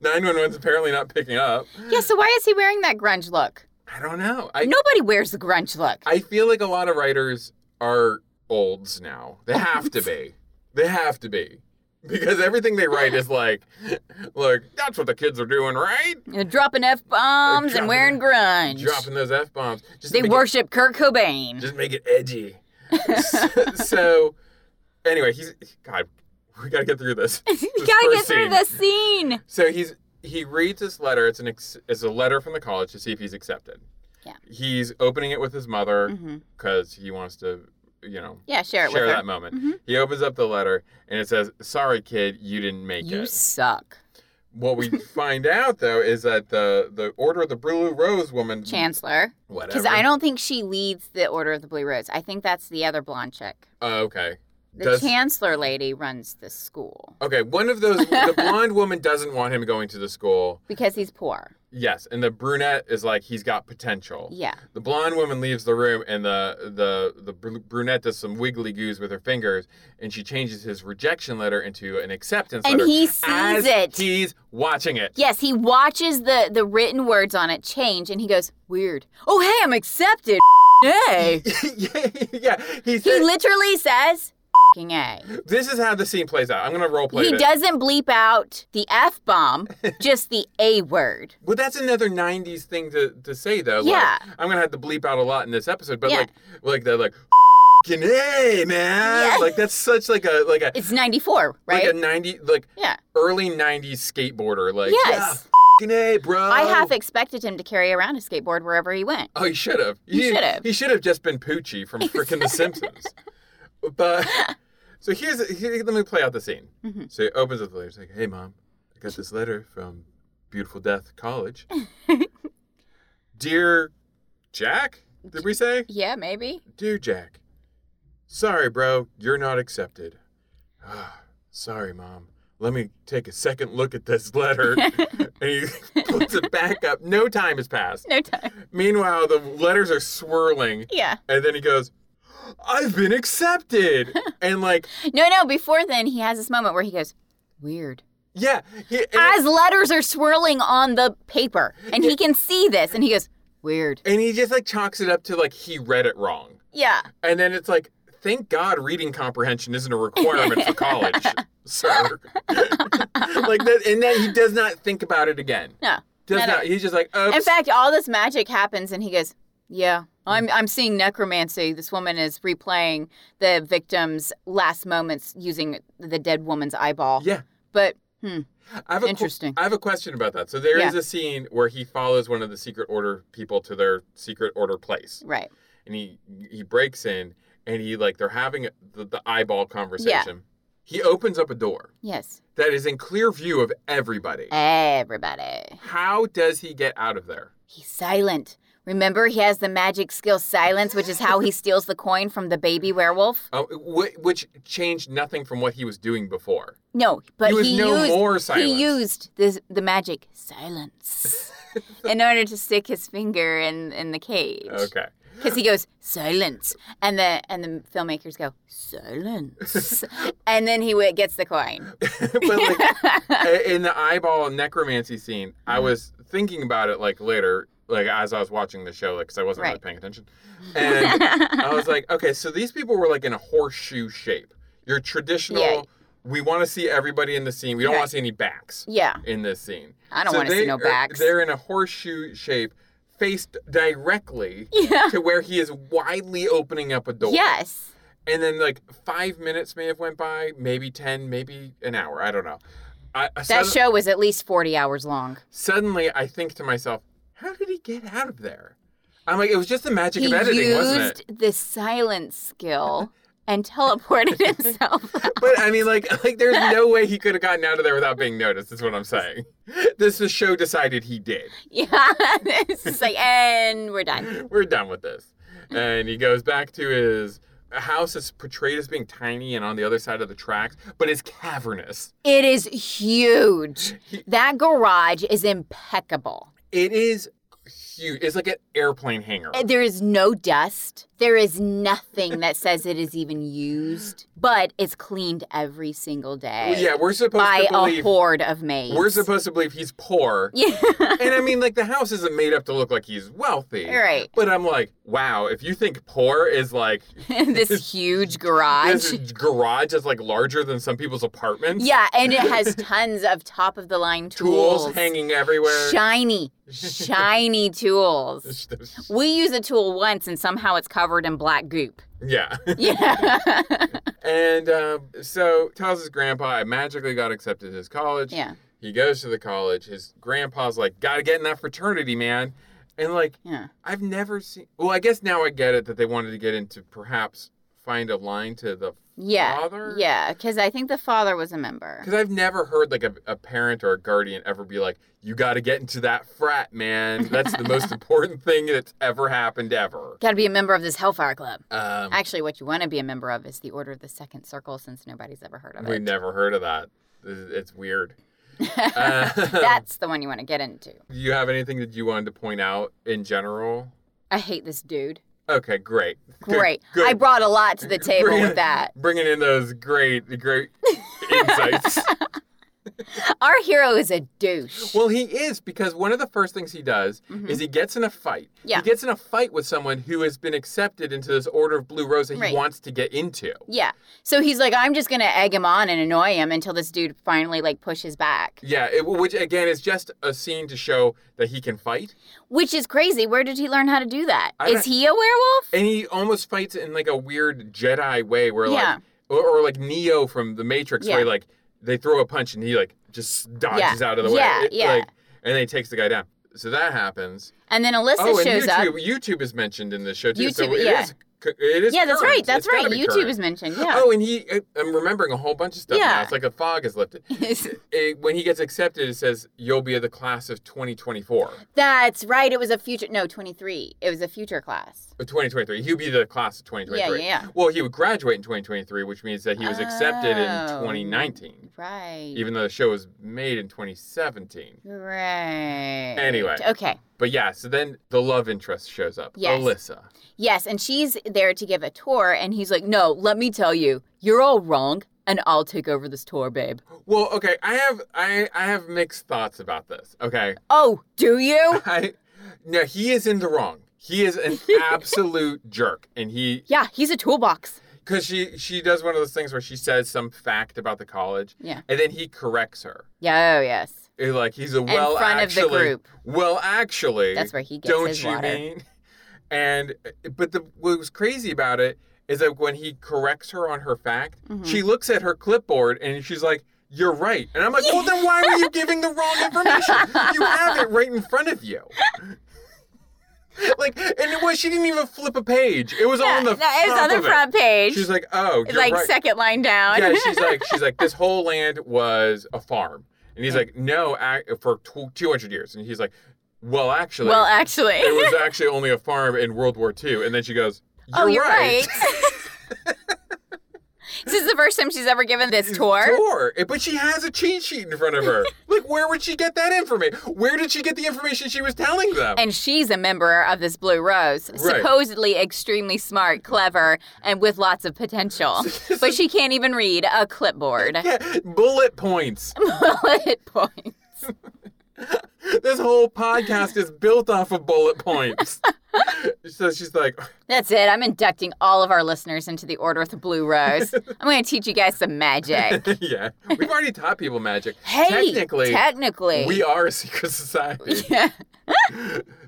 Speaker 2: Nine one one's apparently not picking up.
Speaker 1: yeah. So why is he wearing that grunge look?
Speaker 2: I don't know. I
Speaker 1: Nobody wears the grunge look.
Speaker 2: I feel like a lot of writers are olds now. They have to be. They have to be. Because everything they write is like, look, that's what the kids are doing, right?
Speaker 1: They're dropping f bombs
Speaker 2: Dropping-
Speaker 1: and wearing grunge.
Speaker 2: Dropping those f bombs. Just
Speaker 1: They
Speaker 2: make
Speaker 1: worship Kurt Cobain.
Speaker 2: It, just make it edgy. so, so, anyway, he's God. We gotta get through this. this
Speaker 1: you gotta get
Speaker 2: first
Speaker 1: through
Speaker 2: scene.
Speaker 1: this scene.
Speaker 2: So he's he reads this letter. It's an ex, it's a letter from the college to see if he's accepted.
Speaker 1: Yeah.
Speaker 2: He's opening it with his mother
Speaker 1: Mhm.
Speaker 2: because he wants to you know,
Speaker 1: Yeah, share it
Speaker 2: share
Speaker 1: with
Speaker 2: that
Speaker 1: her.
Speaker 2: moment.
Speaker 1: Mhm.
Speaker 2: He opens up the letter and it says, "Sorry, kid, you didn't make
Speaker 1: You
Speaker 2: it."
Speaker 1: suck.
Speaker 2: Mm-hmm. What we find out though is that the the Order of the Blue Rose woman,
Speaker 1: Chancellor.
Speaker 2: whatever,
Speaker 1: Because I don't think she leads the Order of the Blue Rose. I think that's the other blonde chick.
Speaker 2: Oh, okay.
Speaker 1: The
Speaker 2: Does-
Speaker 1: Chancellor lady runs the school
Speaker 2: Okay, one of those. the blonde woman doesn't want him going to the school.
Speaker 1: because he's poor.
Speaker 2: Yes, and the brunette is like he's got potential.
Speaker 1: Yeah.
Speaker 2: The blonde woman leaves the room, and the the the br- brunette does some wiggly goos with her fingers, and she changes his rejection letter into an acceptance
Speaker 1: And
Speaker 2: letter.
Speaker 1: he sees
Speaker 2: as
Speaker 1: it.
Speaker 2: He's watching it.
Speaker 1: Yes, he watches the the written words on it change and he goes, "Weird. Oh, hey, I'm accepted." Yay.
Speaker 2: yeah, yeah. He
Speaker 1: He
Speaker 2: said,
Speaker 1: literally says "F***ing A.
Speaker 2: "This is how the scene plays out." I'm gonna role play
Speaker 1: He
Speaker 2: it.
Speaker 1: doesn't bleep out the F bomb, just the A word.
Speaker 2: Well, that's another '90s thing to, to say though. Like,
Speaker 1: Yeah.
Speaker 2: I'm gonna have to bleep out a lot in this episode, but
Speaker 1: Yeah.
Speaker 2: like, like they're like, "F***ing "Hey, man!"
Speaker 1: Yeah.
Speaker 2: Like that's such like a like a
Speaker 1: It's 94, right?
Speaker 2: like a '90 like
Speaker 1: yeah.
Speaker 2: early '90s skateboarder. Like,
Speaker 1: Yes.
Speaker 2: yeah, Oh. "F***ing A, bro.
Speaker 1: I half expected him to carry around a skateboard wherever he went.
Speaker 2: Oh, he should have.
Speaker 1: He should've.
Speaker 2: He should have just been Poochie from frickin' The Simpsons. But so here's here, let me play out the scene.
Speaker 1: Mhm.
Speaker 2: So he opens up the letter. He's like, "Hey, mom, I got this letter from Beautiful Death College. Dear Jack, did we say?
Speaker 1: Yeah, maybe.
Speaker 2: Dear Jack, sorry, bro, you're not accepted. Ah, sorry, mom. Let me take a second look at this letter. and he puts it back up. No time has passed.
Speaker 1: No time.
Speaker 2: Meanwhile, the letters are swirling,
Speaker 1: Yeah.
Speaker 2: and then he goes, I've been accepted. and like,
Speaker 1: No, no, before then he has this moment where he goes, "Weird."
Speaker 2: yeah. He, and,
Speaker 1: As letters are swirling on the paper and he can see this and he goes, "Weird."
Speaker 2: and he just like chalks it up to like he read it wrong.
Speaker 1: Yeah.
Speaker 2: And then it's like, thank God reading comprehension isn't a requirement for college, sir. like that, and then he does not think about it again.
Speaker 1: No.
Speaker 2: Does
Speaker 1: not
Speaker 2: not.
Speaker 1: at
Speaker 2: He's just like, oops.
Speaker 1: In fact, all this magic happens, and he goes, "Yeah,
Speaker 2: Hmm.
Speaker 1: I'm I'm seeing necromancy. This woman is replaying the victim's last moments using the dead woman's eyeball."
Speaker 2: yeah.
Speaker 1: But hmm,
Speaker 2: I have a que-
Speaker 1: Interesting.
Speaker 2: I have a question about that. So there is
Speaker 1: Yeah.
Speaker 2: a scene where he follows one of the secret order people to their secret order place.
Speaker 1: right.
Speaker 2: and he he breaks in and he like they're having the, the eyeball conversation. He opens up a door
Speaker 1: Yes.
Speaker 2: that is in clear view of everybody.
Speaker 1: Eh. Everybody.
Speaker 2: How does he get out of there?
Speaker 1: He's silent. Remember, he has the magic skill silence, which is how he steals the coin from the baby werewolf.
Speaker 2: Oh, wh- which changed nothing from what he was doing before.
Speaker 1: No, but
Speaker 2: he
Speaker 1: he,
Speaker 2: was no
Speaker 1: used
Speaker 2: more silent.
Speaker 1: he used this, the magic silence in order to stick his finger in in the cage.
Speaker 2: Okay.
Speaker 1: because he goes silence, and the and the filmmakers go silence, and then he w- gets the coin.
Speaker 2: but like a- in the eyeball necromancy scene,
Speaker 1: Mm-hmm.
Speaker 2: I was thinking about it like later, like as I was watching the show, like because I wasn't really
Speaker 1: Right.
Speaker 2: paying attention, and I was like, okay, so these people were like in a horseshoe shape. Your traditional.
Speaker 1: Yeah.
Speaker 2: We want to see everybody in the scene. We don't want to see any backs
Speaker 1: yeah,
Speaker 2: in this scene.
Speaker 1: I don't
Speaker 2: So
Speaker 1: want to see
Speaker 2: they
Speaker 1: no
Speaker 2: are-
Speaker 1: backs.
Speaker 2: they're in a horseshoe shape, faced directly
Speaker 1: Yeah.
Speaker 2: to where he is widely opening up a door.
Speaker 1: Yes.
Speaker 2: And then like five minutes may have went by, maybe ten, maybe an hour. I don't know. I, I
Speaker 1: That
Speaker 2: sudden-
Speaker 1: show was at least 40 hours long.
Speaker 2: suddenly, I think to myself, how did he get out of there? I'm like, it was just the magic
Speaker 1: He
Speaker 2: of editing, wasn't it?
Speaker 1: used the silence skill and teleported himself.
Speaker 2: But I mean, like, like there's no way he could have gotten out of there without being noticed. Is what I'm saying. This the show decided he did.
Speaker 1: yeah. It's just like, and we're done.
Speaker 2: We're done with this. And he goes back to his house. that's portrayed as being tiny and on the other side of the tracks, but it's cavernous.
Speaker 1: It is huge. That garage is impeccable.
Speaker 2: It is huge. It's like an airplane hangar.
Speaker 1: Uh, There is no dust. There is nothing that says it is even used, but it's cleaned every single day
Speaker 2: Well, yeah, we're supposed
Speaker 1: by
Speaker 2: to
Speaker 1: a
Speaker 2: believe.
Speaker 1: horde of maids.
Speaker 2: We're supposed to believe he's poor.
Speaker 1: Yeah.
Speaker 2: and I mean, like, the house isn't made up to look like he's wealthy.
Speaker 1: Right.
Speaker 2: But I'm like, wow, if you think poor is like
Speaker 1: this huge garage.
Speaker 2: This garage is like larger than some people's apartments.
Speaker 1: Yeah, and it has tons of top of the line
Speaker 2: Tools
Speaker 1: tools.
Speaker 2: hanging everywhere.
Speaker 1: Shiny, shiny tools. We use a tool once and somehow it's covered in black goop.
Speaker 2: yeah.
Speaker 1: Yeah.
Speaker 2: And um, so tells his grandpa, I magically got accepted to his college.
Speaker 1: yeah.
Speaker 2: He goes to the college. His grandpa's like, gotta get in that fraternity, man. And like,
Speaker 1: Yeah.
Speaker 2: I've never seen. Well, I guess now I get it that they wanted to get into perhaps find a line to the
Speaker 1: Yeah.
Speaker 2: father?
Speaker 1: Yeah, because I think the father was a member.
Speaker 2: Because I've never heard like a, a parent or a guardian ever be like, "You got to get into that frat, man. That's the most important thing that's ever happened ever."
Speaker 1: Got to be a member of this Hellfire Club.
Speaker 2: Um,
Speaker 1: Actually, what you want to be a member of is the Order of the Second Circle, since nobody's ever heard of
Speaker 2: we
Speaker 1: it.
Speaker 2: never heard of that. It's it's weird. Uh,
Speaker 1: That's the one you want to get into.
Speaker 2: Do you have anything that you wanted to point out in general?
Speaker 1: I hate this dude.
Speaker 2: Okay, great. Good-
Speaker 1: Great.
Speaker 2: Good.
Speaker 1: I brought a lot to the table
Speaker 2: Bringing-
Speaker 1: with that.
Speaker 2: Bringing in those great, great insights.
Speaker 1: Our hero is a douche.
Speaker 2: Well, he is because one of the first things he does
Speaker 1: Mhm.
Speaker 2: is he gets in a fight.
Speaker 1: Yeah.
Speaker 2: He gets in a fight with someone who has been accepted into this Order of Blue Rose that he
Speaker 1: Right.
Speaker 2: wants to get into.
Speaker 1: yeah. So he's like, I'm just gonna egg him on and annoy him until this dude finally like pushes back,
Speaker 2: Yeah, it, which again is just a scene to show that he can fight.
Speaker 1: which is crazy. Where did he learn how to do that?
Speaker 2: I
Speaker 1: Is
Speaker 2: don't-
Speaker 1: he a werewolf?
Speaker 2: And he almost fights in like a weird Jedi way where
Speaker 1: Yeah.
Speaker 2: like, or, or like Neo from The Matrix
Speaker 1: Yeah.
Speaker 2: where like they throw a punch and he like just dodges out of the way.
Speaker 1: Yeah,
Speaker 2: It,
Speaker 1: yeah.
Speaker 2: Like, and then he takes the guy down. So that happens.
Speaker 1: And then Alyssa
Speaker 2: oh, and
Speaker 1: shows
Speaker 2: YouTube,
Speaker 1: up.
Speaker 2: YouTube is mentioned in this show too. so
Speaker 1: YouTube,
Speaker 2: it
Speaker 1: yeah.
Speaker 2: is c- it is
Speaker 1: Yeah, that's
Speaker 2: current.
Speaker 1: right. That's
Speaker 2: It's gotta
Speaker 1: right.
Speaker 2: be
Speaker 1: YouTube
Speaker 2: current.
Speaker 1: is mentioned. Yeah.
Speaker 2: Oh, and he, I- I'm remembering a whole bunch of stuff
Speaker 1: Yeah.
Speaker 2: now. It's like a fog is lifted. It- when he gets accepted, it says, You'll be of the class of 2024.
Speaker 1: That's right. It was a future. No, 23. It was a future class.
Speaker 2: Or 2023. uh, He'll be the class of 2023.
Speaker 1: Yeah, yeah, yeah.
Speaker 2: Well, he would graduate in 2023, which means that he was accepted in
Speaker 1: Oh.
Speaker 2: 2019,
Speaker 1: Right.
Speaker 2: even though the show was made in 2017.
Speaker 1: right.
Speaker 2: Anyway.
Speaker 1: Okay.
Speaker 2: But yeah, so then the love interest shows up,
Speaker 1: Yes.
Speaker 2: Alyssa.
Speaker 1: Yes, and she's there to give a tour, and he's like, "No, let me tell you, you're all wrong, and I'll take over this tour, babe."
Speaker 2: Well, okay, I have I, I have mixed thoughts about this. Okay.
Speaker 1: Oh, do you?
Speaker 2: I, no, he is in the wrong. He is an absolute jerk, and he
Speaker 1: Yeah, he's a toolbox.
Speaker 2: because she she does one of those things where she says some fact about the college,
Speaker 1: Yeah.
Speaker 2: and then he corrects her.
Speaker 1: Yeah. Oh, yes.
Speaker 2: It- like he's a well
Speaker 1: front of the
Speaker 2: actually,
Speaker 1: group.
Speaker 2: Well, actually,
Speaker 1: That's where he gets
Speaker 2: don't
Speaker 1: his
Speaker 2: you
Speaker 1: water.
Speaker 2: mean? And but the what was crazy about it is that when he corrects her on her fact,
Speaker 1: Mhm.
Speaker 2: she looks at her clipboard and she's like. You're right. And I'm like, well, then why were you giving the wrong information? You have it right in front of you. like, and it was, she didn't even flip a page. It was on the
Speaker 1: no, it was on
Speaker 2: top
Speaker 1: the
Speaker 2: of it.
Speaker 1: front page.
Speaker 2: She's like, oh,
Speaker 1: It's
Speaker 2: you're
Speaker 1: like
Speaker 2: right.
Speaker 1: second line down.
Speaker 2: yeah, she's like, she's like, this whole land was a farm, and he's
Speaker 1: Yeah.
Speaker 2: like, no, ac- for two hundred years, and he's like, well, actually,
Speaker 1: well, actually,
Speaker 2: it was actually only a farm in World War II, and then she goes, you're,
Speaker 1: oh, you're right. this is the first time she's ever given this tour.
Speaker 2: Tour. But she has a cheat sheet in front of her. like, where would she get that information? Where did she get the information she was telling them?
Speaker 1: And she's a member of this Blue Rose,
Speaker 2: Right.
Speaker 1: supposedly extremely smart, clever, and with lots of potential. but she can't even read a clipboard.
Speaker 2: Yeah, bullet points.
Speaker 1: Bullet point.
Speaker 2: this whole podcast is built off of bullet points. so she's like,
Speaker 1: That's it. I'm inducting all of our listeners into the Order of the Blue Rose. I'm going to teach you guys some magic.
Speaker 2: yeah, we've already taught people magic.
Speaker 1: Hey,
Speaker 2: technically,
Speaker 1: technically.
Speaker 2: we are a secret society.
Speaker 1: Yeah.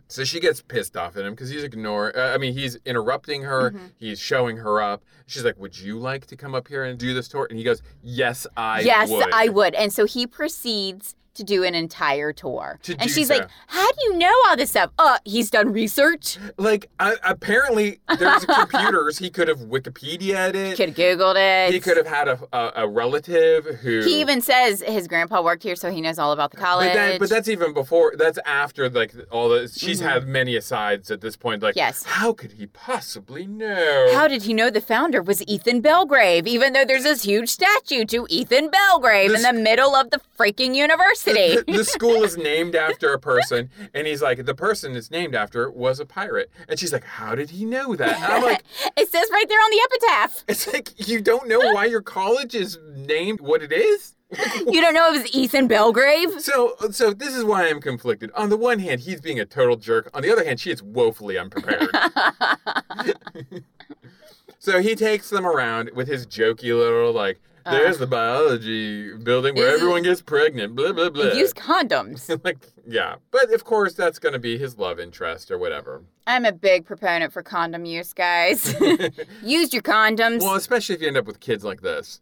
Speaker 2: so she gets pissed off at him because he's ignore. Uh, I mean, he's interrupting her.
Speaker 1: Mm-hmm.
Speaker 2: He's showing her up. She's like, "Would you like to come up here and do this tour?" And he goes, "Yes, I
Speaker 1: yes,
Speaker 2: would."
Speaker 1: I would. And so he proceeds to do an entire tour.
Speaker 2: To
Speaker 1: and
Speaker 2: do
Speaker 1: she's
Speaker 2: so.
Speaker 1: like, How do you know all this stuff? Uh, he's done research.
Speaker 2: Like, I, apparently, there's computers. He could have Wikipedia
Speaker 1: He
Speaker 2: it.
Speaker 1: could have Googled it.
Speaker 2: He could have had a, a a relative who.
Speaker 1: He even says his grandpa worked here, so he knows all about the college.
Speaker 2: But, that, but that's even before. That's after like all the. She's had many asides at this point. Like,
Speaker 1: Mm-hmm. Yes.
Speaker 2: How could he possibly know?
Speaker 1: How did he know the founder was Ethan Belgrave, even though there's this huge statue to Ethan Belgrave
Speaker 2: This-
Speaker 1: in the middle of the freaking university?
Speaker 2: the, the school is named after a person, and he's like, the person it's named after was a pirate. And she's like, how did he know that? And I'm like,
Speaker 1: it says right there on the epitaph.
Speaker 2: it's like you don't know why your college is named what it is.
Speaker 1: You don't know it was Ethan Belgrave?
Speaker 2: So, so this is why I'm conflicted. On the one hand, he's being a total jerk. On the other hand, she is woefully unprepared. so he takes them around with his jokey little like. There's the biology building where
Speaker 1: Is-
Speaker 2: everyone gets pregnant. Blah blah blah.
Speaker 1: Use condoms.
Speaker 2: like yeah, but of course that's gonna be his love interest or whatever.
Speaker 1: I'm a big proponent for condom use, guys. use your condoms.
Speaker 2: Well, especially if you end up with kids like this.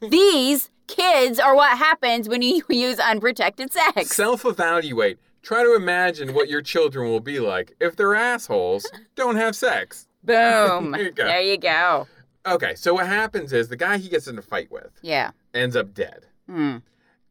Speaker 1: These kids are what happens when you use unprotected sex.
Speaker 2: Self evaluate. Try to imagine what your children will be like if they're assholes, don't have sex.
Speaker 1: Boom.
Speaker 2: There you go.
Speaker 1: There you go.
Speaker 2: Okay, so what happens is the guy he gets in a fight with
Speaker 1: Yeah.
Speaker 2: ends up dead.
Speaker 1: Mm.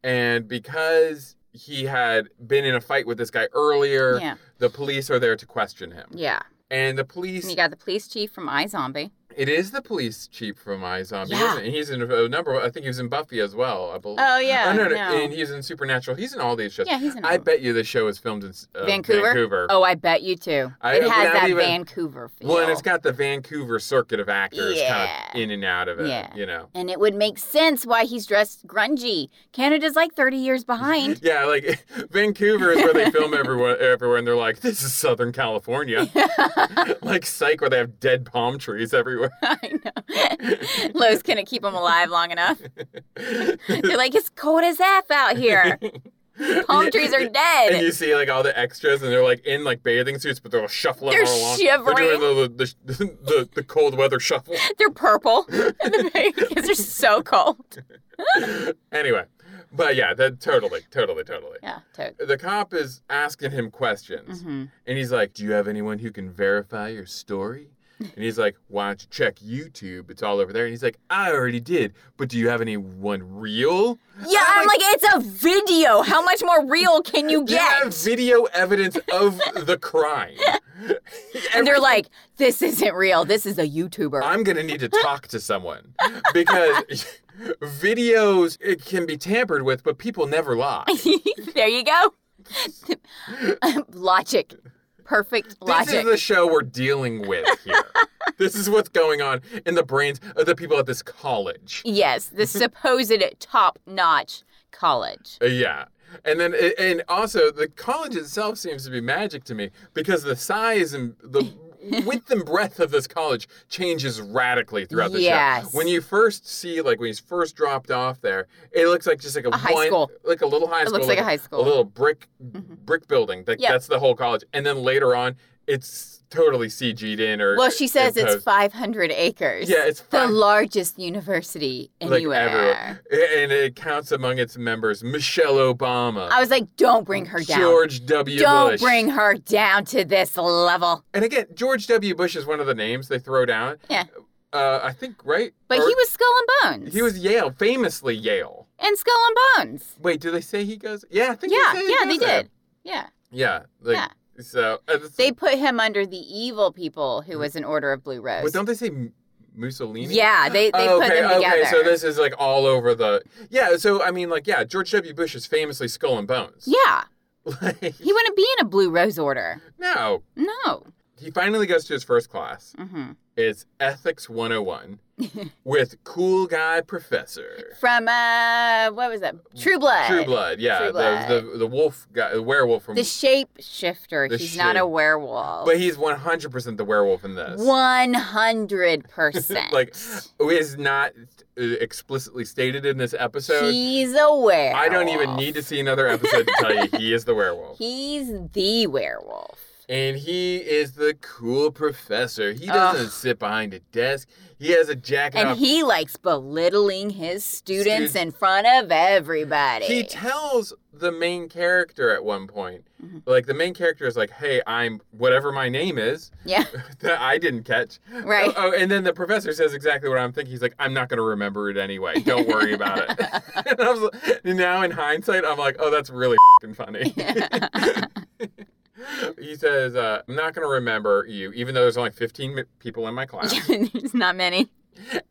Speaker 2: And because he had been in a fight with this guy earlier,
Speaker 1: Yeah.
Speaker 2: the police are there to question him.
Speaker 1: Yeah.
Speaker 2: And the
Speaker 1: And
Speaker 2: police,
Speaker 1: you got the police chief from iZombie.
Speaker 2: it is the police chief from iZombie.
Speaker 1: Yeah.
Speaker 2: isn't it? He's in a number, I think he was in Buffy as well, I believe.
Speaker 1: Oh, yeah.
Speaker 2: Oh, no, no,
Speaker 1: no.
Speaker 2: and he's in Supernatural. He's in all these shows.
Speaker 1: Yeah, he's in.
Speaker 2: I
Speaker 1: all-
Speaker 2: bet you the show is filmed in uh,
Speaker 1: Vancouver? Oh, I bet you too.
Speaker 2: I-
Speaker 1: it has
Speaker 2: without
Speaker 1: that
Speaker 2: even-
Speaker 1: Vancouver feel.
Speaker 2: Well, and it's got the Vancouver circuit of actors
Speaker 1: Yeah.
Speaker 2: kind of in and out of it,
Speaker 1: Yeah.
Speaker 2: you know.
Speaker 1: And it would make sense why he's dressed grungy. Canada's like 30 years behind.
Speaker 2: Yeah, like Vancouver is where they film everywhere, everywhere, and they're like, "This is Southern California," like Psych, where they have dead palm trees everywhere.
Speaker 1: I know. Lowe's couldn't keep him alive long enough. They're like, it's cold as F out here. Palm trees are
Speaker 2: And you
Speaker 1: dead.
Speaker 2: see like all the extras, and they're like in like bathing suits, but they're all shuffling
Speaker 1: They're
Speaker 2: all along. They're
Speaker 1: shivering.
Speaker 2: doing the the, the, the the cold weather shuffle.
Speaker 1: They're purple in the back because they're so cold.
Speaker 2: anyway, but yeah, that totally, totally, totally.
Speaker 1: Yeah, toad.
Speaker 2: The cop is asking him questions.
Speaker 1: hmm
Speaker 2: And he's like, Do you have anyone who can verify your story? And he's like, Why don't you check YouTube? It's all over there. And he's like, I already did, but do you have anyone real?
Speaker 1: Yeah, I'm like, it's a video. How much more real can you
Speaker 2: Do you have
Speaker 1: get?
Speaker 2: video evidence of the crime?
Speaker 1: And they're like, this isn't real. This is a YouTuber.
Speaker 2: I'm going to need to talk to someone because videos it can be tampered with, but people never lie.
Speaker 1: there you go. logic. Perfect
Speaker 2: This is
Speaker 1: logic.
Speaker 2: the show we're dealing with here. this is what's going on in the brains of the people at this college.
Speaker 1: yes, the supposed top notch college.
Speaker 2: Uh, Yeah. And then, it- and also, the college itself seems to be magic to me because the size and the width and breadth of this college changes radically throughout the
Speaker 1: Yes.
Speaker 2: show. When you first see, like, when he's first dropped off there, it looks like just like a,
Speaker 1: A high
Speaker 2: one-
Speaker 1: school.
Speaker 2: like a little high
Speaker 1: It
Speaker 2: school,
Speaker 1: looks like a high
Speaker 2: a
Speaker 1: school.
Speaker 2: little brick
Speaker 1: Mhm.
Speaker 2: brick building. That,
Speaker 1: Yeah.
Speaker 2: That's the whole college. And then later on, it's totally CG'd in or
Speaker 1: Well, she says it's
Speaker 2: imposed.
Speaker 1: 500 acres.
Speaker 2: yeah, it's
Speaker 1: The
Speaker 2: fine.
Speaker 1: largest university
Speaker 2: Like,
Speaker 1: anywhere.
Speaker 2: and it counts among its members Michelle Obama.
Speaker 1: I was like, don't bring her down.
Speaker 2: George W.
Speaker 1: don't
Speaker 2: Bush.
Speaker 1: bring her down to this level.
Speaker 2: And again, George W. Bush is one of the names they throw down.
Speaker 1: Yeah.
Speaker 2: Uh, I think right.
Speaker 1: But
Speaker 2: Or-
Speaker 1: he was Skull and Bones.
Speaker 2: he was Yale, famously Yale.
Speaker 1: And Skull and Bones.
Speaker 2: Wait, do they say he goes? Yeah, I think
Speaker 1: Yeah,
Speaker 2: they say he
Speaker 1: yeah,
Speaker 2: goes
Speaker 1: they
Speaker 2: there.
Speaker 1: did. Yeah.
Speaker 2: Yeah, like,
Speaker 1: Yeah.
Speaker 2: So uh, that's-
Speaker 1: They put him under the evil people who was an order of Blue Rose.
Speaker 2: but don't they say M- Mussolini?
Speaker 1: yeah, they, they
Speaker 2: Oh, okay,
Speaker 1: put them together.
Speaker 2: okay. So this is like all over the. Yeah, so I mean, like, yeah, George W. Bush is famously Skull and Bones.
Speaker 1: Yeah.
Speaker 2: Like,
Speaker 1: He wouldn't be in a Blue Rose order.
Speaker 2: no,
Speaker 1: No.
Speaker 2: he finally goes to his first class.
Speaker 1: hmm
Speaker 2: It's Ethics 101 with cool guy professor.
Speaker 1: From, uh, what was that? True Blood.
Speaker 2: True Blood, yeah,
Speaker 1: True
Speaker 2: The, the the wolf guy, the werewolf from.
Speaker 1: The shapeshifter.
Speaker 2: The
Speaker 1: He's not a
Speaker 2: shape-
Speaker 1: werewolf.
Speaker 2: but he's one hundred percent the werewolf in this.
Speaker 1: 100%.
Speaker 2: Like, who is not uh, explicitly stated in this episode.
Speaker 1: He's a werewolf.
Speaker 2: I don't even need to see another episode to tell you he is the werewolf,
Speaker 1: He's the werewolf.
Speaker 2: and he is the cool professor. He doesn't
Speaker 1: Ugh.
Speaker 2: sit behind a desk. He has a jacket
Speaker 1: And
Speaker 2: off.
Speaker 1: he likes belittling his students
Speaker 2: Students.
Speaker 1: in front of everybody.
Speaker 2: He tells the main character at one point,
Speaker 1: Mhm.
Speaker 2: like the main character is like, "Hey, I'm whatever my name is
Speaker 1: yeah,
Speaker 2: that I didn't catch."
Speaker 1: right.
Speaker 2: Oh, oh, and then the professor says exactly what I'm thinking. He's like, "I'm not going to remember it anyway. Don't worry about it." and I was like, now in hindsight, I'm like, "Oh, that's really fing funny." he says, uh, "I'm not going to remember you, even though there's only 15 mi- people in my class."
Speaker 1: There's not many.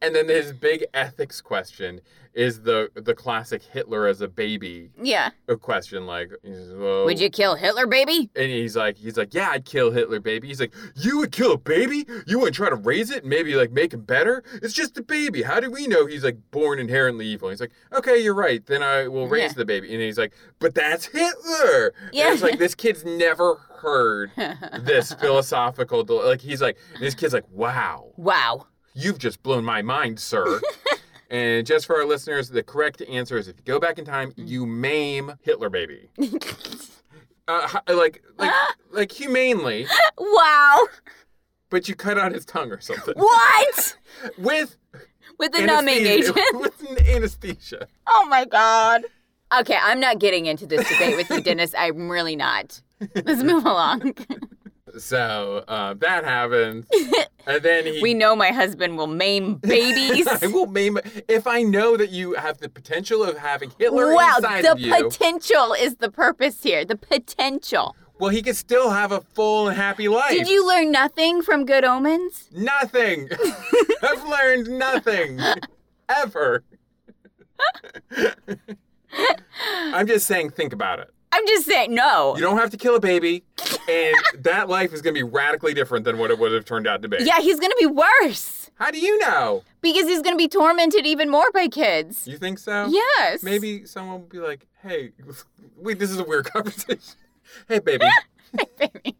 Speaker 2: and then his big ethics question is the the classic Hitler as a baby
Speaker 1: Yeah.
Speaker 2: uh, question. Like, he says, well,
Speaker 1: Would you kill Hitler, baby?
Speaker 2: And he's like, he's like, yeah, I'd kill Hitler, baby. He's like, you would kill a baby? You wouldn't try to raise it and maybe like make him better? It's just a baby. How do we know he's like born inherently evil? He's like, okay, you're right. Then I will raise
Speaker 1: Yeah.
Speaker 2: the baby. And he's like, but that's Hitler.
Speaker 1: Yeah.
Speaker 2: And it's like this kid's never heard this philosophical del- like he's like and this kid's like, wow,
Speaker 1: Wow.
Speaker 2: you've just blown my mind, sir. and just for our listeners, the correct answer is if you go back in time,
Speaker 1: Mm.
Speaker 2: you maim Hitler, baby. Uh, hi- like, like, like humanely,
Speaker 1: wow.
Speaker 2: but you cut out his tongue or something
Speaker 1: What?
Speaker 2: with
Speaker 1: With the numbing
Speaker 2: anesthesia-
Speaker 1: agent.
Speaker 2: with an anesthesia.
Speaker 1: Oh my god. Okay, I'm not getting into this debate with you, Dennis. I'm really not. Let's move along.
Speaker 2: So uh, that happened, and then he.
Speaker 1: We know my husband will maim babies.
Speaker 2: I will name if I know that you have the potential of having Hitler
Speaker 1: wow,
Speaker 2: inside
Speaker 1: the
Speaker 2: of you.
Speaker 1: potential is the purpose here. The potential.
Speaker 2: well, he could still have a full and happy life.
Speaker 1: Did you learn nothing from Good Omens?
Speaker 2: Nothing. I've learned nothing ever. I'm just saying, think about it.
Speaker 1: I'm just saying, no.
Speaker 2: You don't have to kill a baby, and that life is going to be radically different than what it would have turned out to be.
Speaker 1: Yeah, he's gonna be worse
Speaker 2: How do you know?
Speaker 1: because he's gonna be tormented even more by kids.
Speaker 2: You think so?
Speaker 1: Yes.
Speaker 2: Maybe someone will be like, "Hey, wait, this is a weird conversation. hey, baby,
Speaker 1: Maybe.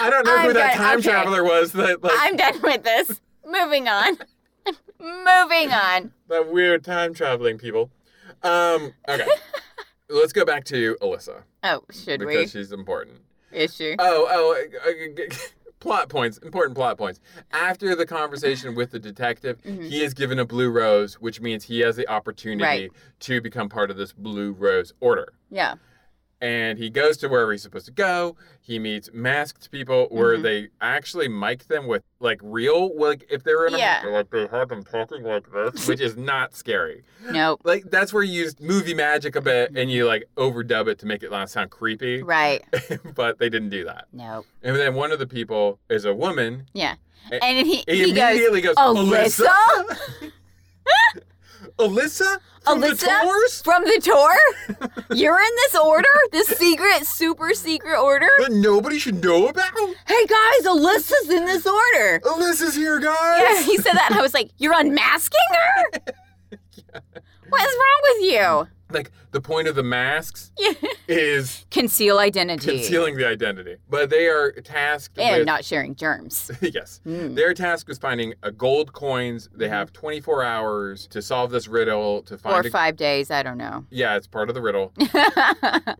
Speaker 2: I don't know who
Speaker 1: I'm
Speaker 2: that
Speaker 1: good,
Speaker 2: time
Speaker 1: okay.
Speaker 2: traveler was that like
Speaker 1: I'm done with this. Moving on. Moving on.
Speaker 2: that weird time traveling people." Um, okay, let's go back to Alyssa
Speaker 1: Oh, should
Speaker 2: because
Speaker 1: we?
Speaker 2: she's important.
Speaker 1: Issue.
Speaker 2: Oh, oh, uh, uh, g- g- plot points, important plot points. After the conversation with the detective,
Speaker 1: Mhm.
Speaker 2: he is given a blue rose, which means he has the opportunity
Speaker 1: Right.
Speaker 2: to become part of this blue rose order.
Speaker 1: Yeah.
Speaker 2: And he goes to wherever he's supposed to go. He meets masked people where
Speaker 1: Mhm.
Speaker 2: they actually mic them with like real, like if they were in a
Speaker 1: Yeah.
Speaker 2: like they have them talking like this, which is not scary.
Speaker 1: Nope.
Speaker 2: Like that's where you use movie magic a bit and you like overdub it to make it not sound creepy,
Speaker 1: Right.
Speaker 2: but they didn't do that.
Speaker 1: Nope.
Speaker 2: And then one of the people is a woman.
Speaker 1: Yeah.
Speaker 2: Eh,
Speaker 1: And then he,
Speaker 2: He,
Speaker 1: he goes,
Speaker 2: immediately goes,
Speaker 1: Alyssa?
Speaker 2: Alyssa? From the
Speaker 1: Alyssa?
Speaker 2: Tours?
Speaker 1: From the tour? You're in this order? This secret, super secret order?
Speaker 2: That nobody should know about?
Speaker 1: Hey guys, Alyssa's in this order.
Speaker 2: Alyssa's here,
Speaker 1: Yeah,
Speaker 2: guys!
Speaker 1: he said that, and I was like, "You're unmasking her? What is wrong
Speaker 2: Like, the point of the masks
Speaker 1: with you?"
Speaker 2: is
Speaker 1: Conceal identity
Speaker 2: concealing the identity. But they are tasked
Speaker 1: and
Speaker 2: with.
Speaker 1: not sharing germs.
Speaker 2: yes.
Speaker 1: Mm.
Speaker 2: Their task is finding a gold coins. They have 24 hours to solve this riddle to
Speaker 1: Mm-hmm. Or
Speaker 2: find a-
Speaker 1: five days, I don't know.
Speaker 2: Yeah, it's part of the riddle.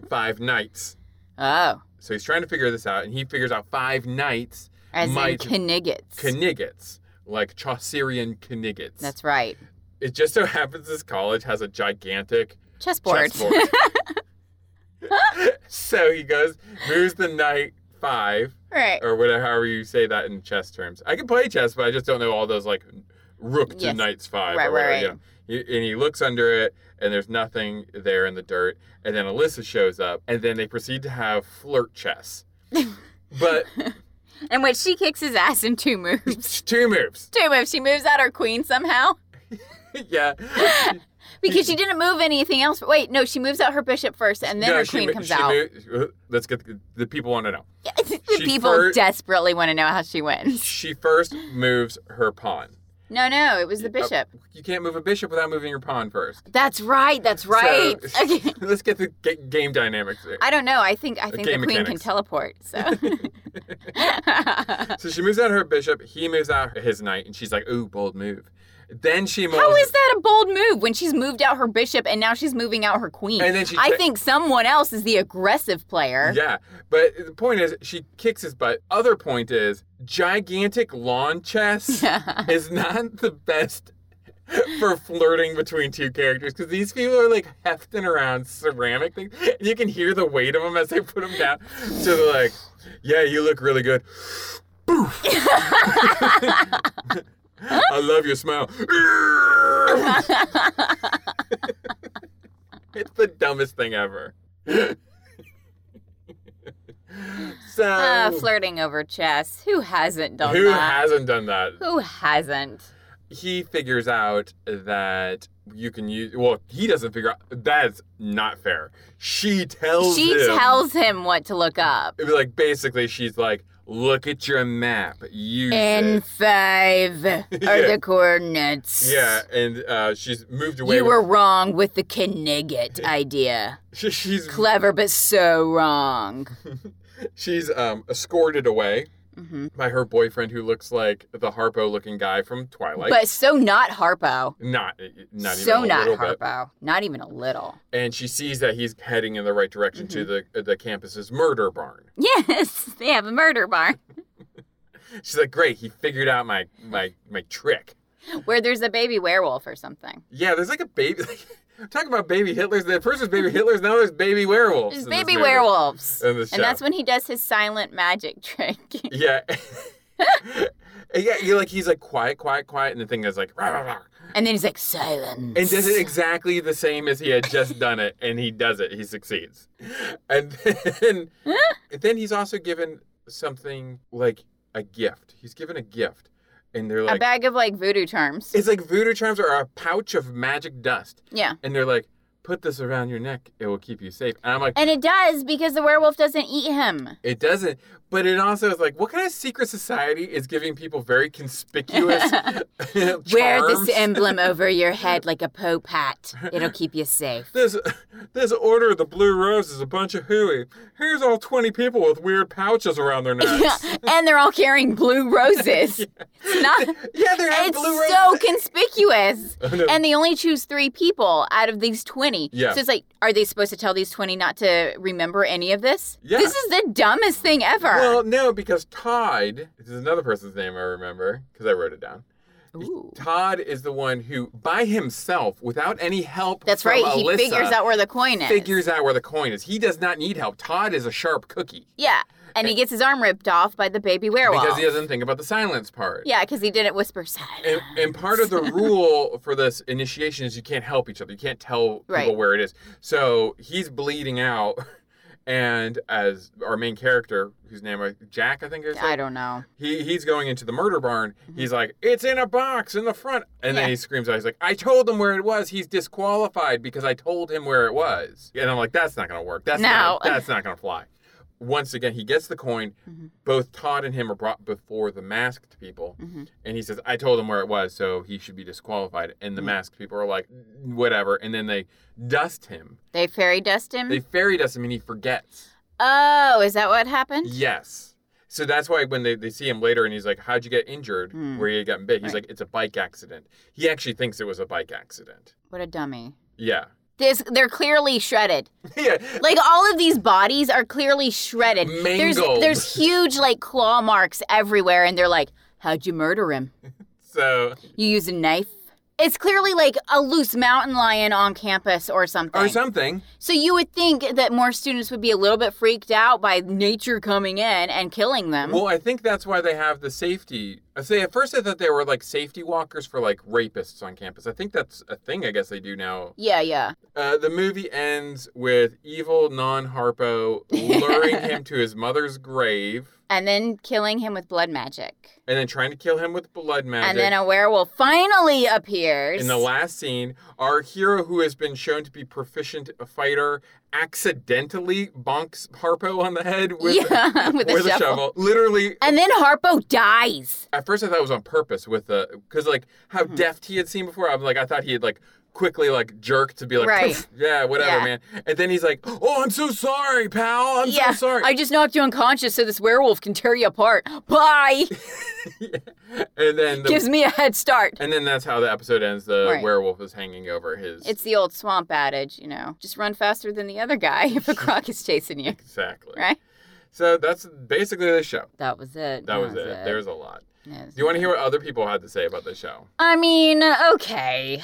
Speaker 2: five nights.
Speaker 1: oh,
Speaker 2: So he's trying to figure this out, and he figures out five nights
Speaker 1: as
Speaker 2: Might-
Speaker 1: in Kniggets.
Speaker 2: Kniggets, like Chaucerian Kniggets.
Speaker 1: That's right.
Speaker 2: It just so happens this college has a gigantic
Speaker 1: Chessboard.
Speaker 2: chessboard. so he goes, moves the knight five,
Speaker 1: right.
Speaker 2: or whatever, however you say that in chess terms. I can play chess, but I just don't know all those like rook to
Speaker 1: Yes.
Speaker 2: knight's five
Speaker 1: Right,
Speaker 2: or
Speaker 1: right,
Speaker 2: whatever.
Speaker 1: right.
Speaker 2: You know. He- And he looks under it, and there's nothing there in the dirt. And then Alyssa shows up, and then they proceed to have flirt chess. but
Speaker 1: In which she kicks his ass in two moves.
Speaker 2: two moves.
Speaker 1: Two moves. She moves out her queen somehow
Speaker 2: yeah.
Speaker 1: because she didn't move anything else. Wait, no, she moves out her bishop first, and then
Speaker 2: No,
Speaker 1: her
Speaker 2: she
Speaker 1: queen
Speaker 2: mo-
Speaker 1: comes
Speaker 2: she
Speaker 1: out.
Speaker 2: mo- let's get the, the people want to know.
Speaker 1: the
Speaker 2: she
Speaker 1: people
Speaker 2: fir-
Speaker 1: desperately want to know how she wins.
Speaker 2: She first moves her pawn.
Speaker 1: No, no, it was the
Speaker 2: Yeah, uh,
Speaker 1: bishop.
Speaker 2: You can't move a bishop without moving your pawn first.
Speaker 1: That's right. That's right.
Speaker 2: So,
Speaker 1: okay.
Speaker 2: let's get the ga- game dynamics there.
Speaker 1: I don't know. I think I think the
Speaker 2: Game
Speaker 1: queen can
Speaker 2: mechanics.
Speaker 1: teleport. So.
Speaker 2: So she moves out her bishop. He moves out his knight, and she's like, "Ooh, bold move." Then she moves.
Speaker 1: How is that a bold move when she's moved out her bishop and now she's moving out her queen?
Speaker 2: And then she
Speaker 1: I
Speaker 2: ta-
Speaker 1: think someone else is the aggressive player.
Speaker 2: Yeah, but the point is, she kicks his butt. Other point is, gigantic lawn chess is not the best for flirting between two characters because these people are like hefting around ceramic things. And you can hear the weight of them as they put them down. So they're like, "Yeah, you look really good." Boof. I love your smile. it's the dumbest thing ever. so,
Speaker 1: Uh, flirting over chess. Who hasn't done
Speaker 2: Oh. who
Speaker 1: that?
Speaker 2: hasn't done that?
Speaker 1: Who hasn't?
Speaker 2: he figures out that you can use well he doesn't figure out that's not fair she tells
Speaker 1: She
Speaker 2: him
Speaker 1: tells him what to look up.
Speaker 2: it was like basically she's like look at your map use
Speaker 1: N
Speaker 2: it
Speaker 1: five are
Speaker 2: Yeah.
Speaker 1: the coordinates.
Speaker 2: yeah and uh, she's moved away
Speaker 1: You
Speaker 2: with-
Speaker 1: were wrong with the Knigget idea.
Speaker 2: she- she's
Speaker 1: Clever, but so wrong.
Speaker 2: she's um escorted away
Speaker 1: hmm
Speaker 2: by her boyfriend who looks like the harpo looking guy from twilight
Speaker 1: but so not Harpo.
Speaker 2: not not even
Speaker 1: so
Speaker 2: a
Speaker 1: not
Speaker 2: little bit.
Speaker 1: Harpo. Not even a little.
Speaker 2: and she sees that he's heading in the right direction
Speaker 1: Mm-hmm.
Speaker 2: to the the campus's murder barn
Speaker 1: Yes, they have a murder barn
Speaker 2: She's like, great, he figured out my my my trick.
Speaker 1: where there's a baby werewolf or something.
Speaker 2: Yeah, there's like a baby. Like, Talk about baby Hitlers. That first was baby Hitlers, now there's baby werewolves.
Speaker 1: There's
Speaker 2: in this
Speaker 1: baby
Speaker 2: movie.
Speaker 1: werewolves.
Speaker 2: In the
Speaker 1: And that's
Speaker 2: show.
Speaker 1: when he does his silent magic trick.
Speaker 2: Yeah. And yeah, you're like he's like quiet, quiet, quiet, and the thing is like rah, rah, rah.
Speaker 1: and then he's like, silence.
Speaker 2: and does it exactly the same as he had just done it, and he does it. He succeeds, and then then he's also given something like a gift. He's given a gift, and they're
Speaker 1: a
Speaker 2: like
Speaker 1: bag of like voodoo charms.
Speaker 2: it's like voodoo charms or a pouch of magic dust,
Speaker 1: yeah.
Speaker 2: and they're like put this around your neck, it will keep you safe. And I'm like.
Speaker 1: And it does because the werewolf doesn't eat him.
Speaker 2: It doesn't, but it also is like, what kind of secret society is giving people very conspicuous charms?
Speaker 1: Wear this emblem over your head like a pope hat. It'll keep you safe.
Speaker 2: this this order of the blue rose is a bunch of hooey. Here's all twenty people with weird pouches around their necks.
Speaker 1: and they're all carrying blue roses. It's not.
Speaker 2: yeah, they're having
Speaker 1: It's
Speaker 2: blue roses.
Speaker 1: so conspicuous.
Speaker 2: I know.
Speaker 1: And they only choose three people out of these 20.
Speaker 2: Yeah.
Speaker 1: So it's like, are they supposed to tell these 20 not to remember any of this?
Speaker 2: Yeah.
Speaker 1: This is the dumbest thing ever.
Speaker 2: well, no, because Todd, this is another person's name I remember because I wrote it down.
Speaker 1: Ooh.
Speaker 2: Todd is the one who, by himself, without any help,
Speaker 1: That's
Speaker 2: from
Speaker 1: right.
Speaker 2: Alyssa,
Speaker 1: he figures out where the coin is.
Speaker 2: figures out where the coin is. He does not need help. Todd is a sharp cookie.
Speaker 1: Yeah. And he gets his arm ripped off by the baby werewolf.
Speaker 2: Because he doesn't think about the silence part.
Speaker 1: Yeah, because he didn't whisper silence.
Speaker 2: And, and part of the rule for this initiation is you can't help each other. You can't tell people
Speaker 1: Right.
Speaker 2: where it is. So he's bleeding out, and as our main character, whose name I Jack, I think is,
Speaker 1: I don't know.
Speaker 2: he he's going into the murder barn. He's like, "It's in a box in the front," and
Speaker 1: Mm-hmm. Yeah.
Speaker 2: then he screams out, "He's like, I told him where it was. He's disqualified because I told him where it was." And I'm like, "That's not gonna work. That's not,
Speaker 1: No.
Speaker 2: that's not gonna fly." Once again, he gets the coin.
Speaker 1: Mhm.
Speaker 2: Both Todd and him are brought before the masked people
Speaker 1: Mhm.
Speaker 2: and he says, "I told him where it was, so he should be disqualified." And the
Speaker 1: Mhm.
Speaker 2: masked people are like, "Whatever," and then they dust him.
Speaker 1: They fairy dust him.
Speaker 2: They fairy dust him, and he forgets.
Speaker 1: Oh, is that what happened?
Speaker 2: Yes, so that's why when they, they see him later, and he's like, "How'd you get injured?
Speaker 1: Hmm.
Speaker 2: Where you gotten bit?" He's
Speaker 1: Right.
Speaker 2: like, "It's a bike accident." He actually thinks it was a bike accident.
Speaker 1: What a dummy.
Speaker 2: Yeah,
Speaker 1: This, they're clearly shredded.
Speaker 2: yeah,
Speaker 1: Like all of these bodies are clearly shredded. There's
Speaker 2: Mangled.
Speaker 1: there's huge like claw marks everywhere, and they're like, "How'd you murder him?
Speaker 2: so.
Speaker 1: You use a knife?" It's clearly like a loose mountain lion on campus or something.
Speaker 2: Or something.
Speaker 1: so you would think that more students would be a little bit freaked out by nature coming in and killing them.
Speaker 2: Well, I think that's why they have the safety. I say at first I thought they were like safety walkers for like rapists on campus. I think that's a thing. I guess they do now
Speaker 1: yeah, yeah.
Speaker 2: Uh, the movie ends with evil non Harpo luring him to his mother's grave
Speaker 1: And then killing him with blood magic.
Speaker 2: and then trying to kill him with blood magic.
Speaker 1: And then a werewolf finally appears.
Speaker 2: in the last scene, our hero, who has been shown to be proficient a fighter, accidentally bonks Harpo on the head with,
Speaker 1: yeah, with,
Speaker 2: with
Speaker 1: a shovel.
Speaker 2: Literally,
Speaker 1: And then Harpo dies.
Speaker 2: at first I thought it was on purpose with the because like how deft he had seen before. I'm like I thought he had like quickly like jerked to be like
Speaker 1: Right.
Speaker 2: "Poof, yeah whatever
Speaker 1: Yeah.
Speaker 2: man. And then he's like, oh I'm so sorry, pal. I'm
Speaker 1: yeah,
Speaker 2: so sorry.
Speaker 1: I just knocked you unconscious so this werewolf can tear you apart. Bye.
Speaker 2: and then the,
Speaker 1: Gives me a head start.
Speaker 2: And then that's how the episode ends. The
Speaker 1: Right.
Speaker 2: werewolf is hanging over his.
Speaker 1: It's the old swamp adage, you know. Just run faster than the other guy if a croc is chasing you,
Speaker 2: exactly
Speaker 1: right?
Speaker 2: So that's basically the show.
Speaker 1: That was it.
Speaker 2: That was it. There's a lot.
Speaker 1: That was
Speaker 2: Do you want to hear what other people had to say about the show?
Speaker 1: I mean, okay.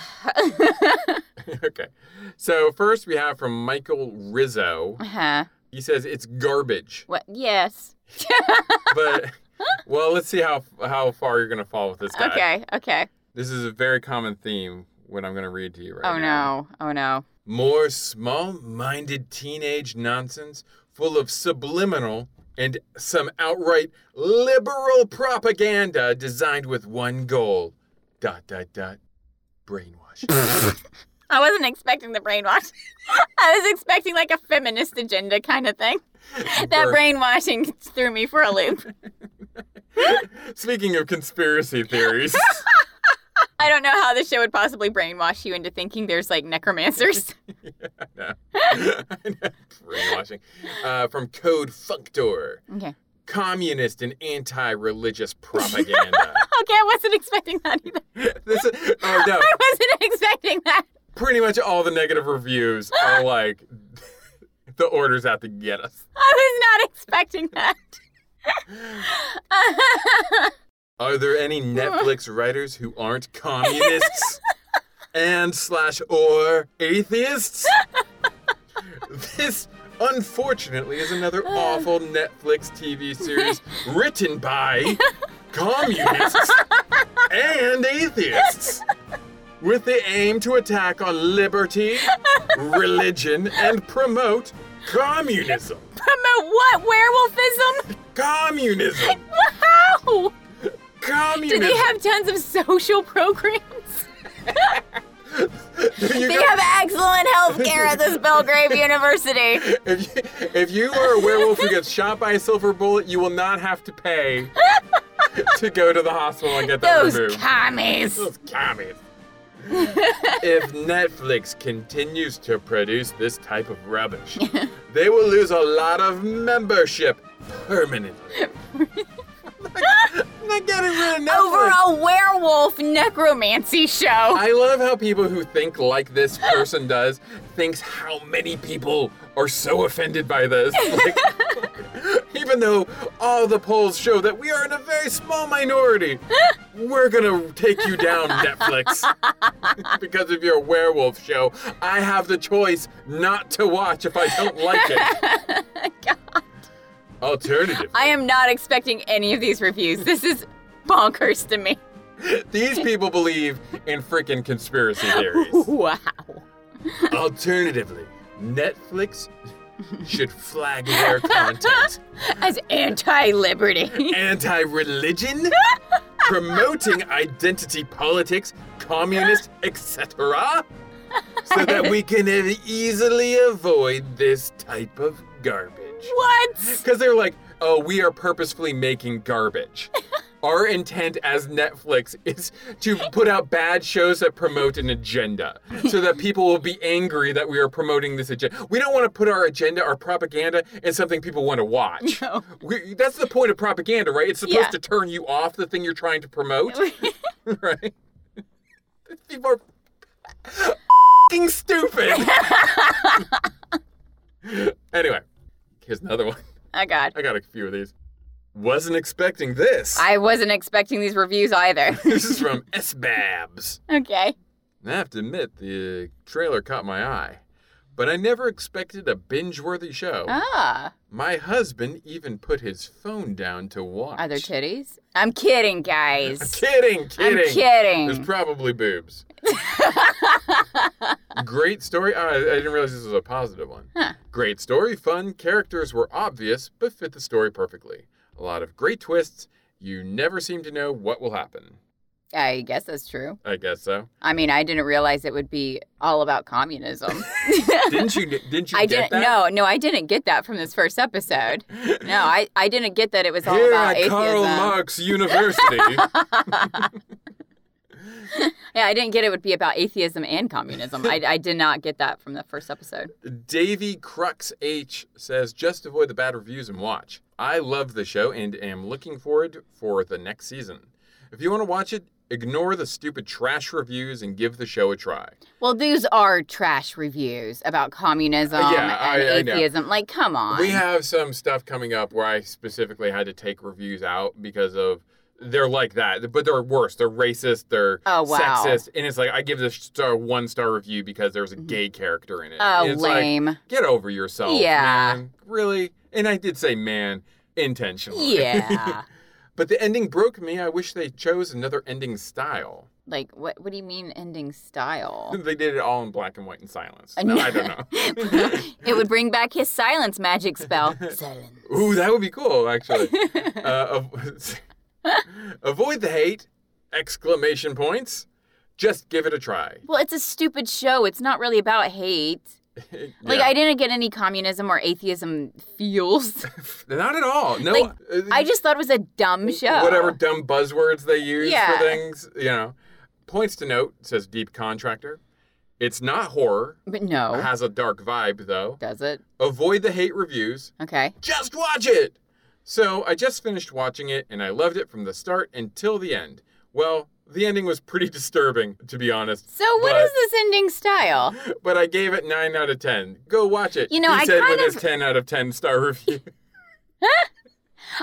Speaker 2: okay. So first we have from Michael Rizzo.
Speaker 1: Uh-huh.
Speaker 2: He says it's garbage,
Speaker 1: What? Yes.
Speaker 2: but well, let's see how how far you're gonna fall with this guy.
Speaker 1: Okay. Okay.
Speaker 2: This is a very common theme. What I'm gonna read to you right
Speaker 1: oh
Speaker 2: now.
Speaker 1: no. Oh no.
Speaker 2: More small minded teenage nonsense full of subliminal and some outright liberal propaganda designed with one goal dot, dot, dot brainwash.
Speaker 1: I wasn't expecting the brainwash. I was expecting like a feminist agenda kind of thing. That
Speaker 2: Bur-
Speaker 1: brainwashing threw me for a loop.
Speaker 2: Speaking of conspiracy theories,
Speaker 1: I don't know how this show would possibly brainwash you into thinking there's like necromancers.
Speaker 2: brainwashing uh, from Code Functor
Speaker 1: okay.
Speaker 2: communist and anti religious propaganda.
Speaker 1: Okay, I wasn't expecting that either.
Speaker 2: this is, oh, no.
Speaker 1: I wasn't expecting that.
Speaker 2: pretty much all the negative reviews are like the order's out to get us.
Speaker 1: I was not expecting that.
Speaker 2: Are there any Netflix writers who aren't communists? and slash or atheists. this, unfortunately, is another awful Netflix TV series written by communists and atheists with the aim to attack on liberty, religion, and promote communism.
Speaker 1: Promote what? Werewolfism?
Speaker 2: Communism!
Speaker 1: Wow! Do
Speaker 2: Communism!
Speaker 1: they have tons of social programs?
Speaker 2: You
Speaker 1: They
Speaker 2: got-
Speaker 1: have excellent health care at this Belgrave University.
Speaker 2: If you, if you are a werewolf who gets shot by a silver bullet, you will not have to pay to go to the hospital and get that
Speaker 1: Those
Speaker 2: removed.
Speaker 1: commies.
Speaker 2: Those commies. if Netflix continues to produce this type of rubbish, they will lose a lot of membership permanently. I'm not getting rid of Netflix.
Speaker 1: Over a werewolf necromancy show.
Speaker 2: I love how people who think like this person does thinks how many people are so offended by this. Like, even though all the polls show that we are in a very small minority, we're gonna take you down, Netflix, because of your werewolf show. I have the choice not to watch if I don't like it. Alternative.
Speaker 1: I am not expecting any of these reviews. This is bonkers to me.
Speaker 2: These people believe in freaking conspiracy theories.
Speaker 1: Wow.
Speaker 2: Alternatively, Netflix should flag their content.
Speaker 1: As anti liberty.
Speaker 2: Anti religion? Promoting identity politics, communist, etc. So that we can ev- easily avoid this type of garbage.
Speaker 1: what?
Speaker 2: Because they're like, oh, we are purposefully making garbage. Our intent as Netflix is to put out bad shows that promote an agenda so that people will be angry that we are promoting this agenda. We don't want to put our agenda, our propaganda, in something people want to watch.
Speaker 1: No.
Speaker 2: We, that's the point of propaganda, right? It's supposed
Speaker 1: Yeah.
Speaker 2: to turn you off the thing you're trying to promote,
Speaker 1: Oh,
Speaker 2: right? People are fing stupid. anyway, here's another one.
Speaker 1: Oh, God.
Speaker 2: I got a few of these. Wasn't expecting this.
Speaker 1: I wasn't expecting these reviews either.
Speaker 2: this is from S-Babs.
Speaker 1: okay.
Speaker 2: I have to admit, the trailer caught my eye. But I never expected a binge worthy show.
Speaker 1: Ah.
Speaker 2: My husband even put his phone down to watch.
Speaker 1: Are there titties? I'm kidding, guys.
Speaker 2: Kidding, kidding.
Speaker 1: I'm kidding.
Speaker 2: There's probably boobs. Great story. Oh, I I didn't realize this was a positive one.
Speaker 1: Huh.
Speaker 2: Great story, fun. Characters were obvious, but fit the story perfectly. A lot of great twists. You never seem to know what will happen.
Speaker 1: I guess that's true.
Speaker 2: I guess so.
Speaker 1: I mean, I didn't realize it would be all about communism.
Speaker 2: Didn't you? Didn't you
Speaker 1: I didn't.
Speaker 2: get that?
Speaker 1: No, no, I didn't get that from this first episode. No, I, I didn't get that it was all
Speaker 2: Here
Speaker 1: about
Speaker 2: at
Speaker 1: atheism.
Speaker 2: Karl Marx University.
Speaker 1: Yeah, I didn't get it would be about atheism and communism. I, I did not get that from the first episode.
Speaker 2: Davy Crux H says, just avoid the bad reviews and watch. I love the show and am looking forward for the next season. If you want to watch it, ignore the stupid trash reviews and give the show a try.
Speaker 1: Well, these are trash reviews about communism
Speaker 2: Uh, yeah,
Speaker 1: and
Speaker 2: I- I know.
Speaker 1: atheism. Like, come on.
Speaker 2: We have some stuff coming up where I specifically had to take reviews out because of they're like that, but they're worse. They're racist. They're
Speaker 1: Oh, wow.
Speaker 2: sexist, and it's like I give this star one star review because there was a gay character in it.
Speaker 1: Mm-hmm. oh,
Speaker 2: And it's like,
Speaker 1: lame.
Speaker 2: get over yourself.
Speaker 1: Yeah.
Speaker 2: man. Really? And I did say man intentionally.
Speaker 1: yeah.
Speaker 2: But the ending broke me. I wish they chose another ending style.
Speaker 1: like, what? What do you mean ending style?
Speaker 2: They did it all in black and white and silence.
Speaker 1: I
Speaker 2: No,
Speaker 1: know.
Speaker 2: I don't know.
Speaker 1: it would bring back his silence magic spell. Silence.
Speaker 2: Ooh, that would be cool, actually. uh, av- avoid the hate! Exclamation points. Just give it a try.
Speaker 1: Well, it's a stupid show. It's not really about hate. Like,
Speaker 2: Yeah.
Speaker 1: I didn't get any communism or atheism feels.
Speaker 2: Not at all. No.
Speaker 1: Like,
Speaker 2: uh,
Speaker 1: I just thought it was a dumb show.
Speaker 2: whatever dumb buzzwords they use
Speaker 1: Yeah.
Speaker 2: for things. You know, points to note says Deep Contractor. It's not horror.
Speaker 1: But no,
Speaker 2: Has a dark vibe though.
Speaker 1: does it?
Speaker 2: Avoid the hate reviews.
Speaker 1: Okay.
Speaker 2: Just watch it. So I just finished watching it and I loved it from the start until the end. Well, the ending was pretty disturbing to be honest,
Speaker 1: So what
Speaker 2: But-
Speaker 1: is this ending style?
Speaker 2: but I gave it nine out of ten. Go watch it.
Speaker 1: You know,
Speaker 2: he
Speaker 1: I
Speaker 2: said
Speaker 1: kind
Speaker 2: with
Speaker 1: of-
Speaker 2: his ten out of ten star review.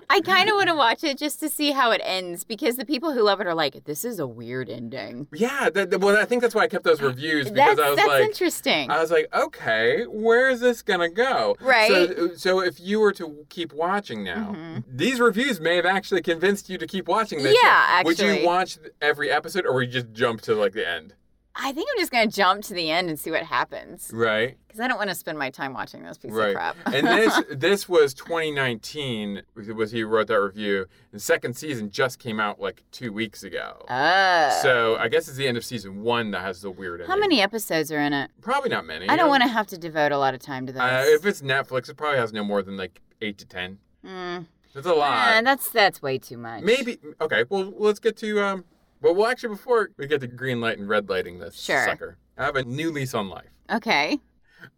Speaker 1: I kind of want to watch it just to see how it ends because the people who love it are like, this is a weird ending.
Speaker 2: Yeah, that, that- well, I think that's why I kept those reviews because
Speaker 1: That's,
Speaker 2: I was
Speaker 1: that's
Speaker 2: like,
Speaker 1: interesting.
Speaker 2: I was like, okay, where is this gonna go? So,
Speaker 1: Right.
Speaker 2: so if you were to keep watching now,
Speaker 1: Mhm.
Speaker 2: these reviews may have actually convinced you to keep watching this.
Speaker 1: Yeah,
Speaker 2: Would
Speaker 1: actually.
Speaker 2: you watch every episode, or would you just jump to like the end?
Speaker 1: I think I'm just going to jump to the end and see what happens
Speaker 2: Right.
Speaker 1: because I don't want to spend my time watching this piece
Speaker 2: Right.
Speaker 1: of crap.
Speaker 2: and this this was 2019 was he wrote that review. The second season just came out like two weeks ago.
Speaker 1: Uh,
Speaker 2: so I guess it's the end of season one that has the weird.
Speaker 1: how
Speaker 2: ending.
Speaker 1: many episodes are in it?
Speaker 2: Probably not many.
Speaker 1: I don't want to have to devote a lot of time to this.
Speaker 2: Uh, if it's Netflix, it probably has no more than like eight to ten.
Speaker 1: Mm.
Speaker 2: That's a lot.
Speaker 1: Eh, that's that's way too much.
Speaker 2: Maybe okay. Well, let's get to um. But well, actually, before we get to green light and red lighting this
Speaker 1: Sure.
Speaker 2: sucker, I have a new lease on life.
Speaker 1: Okay.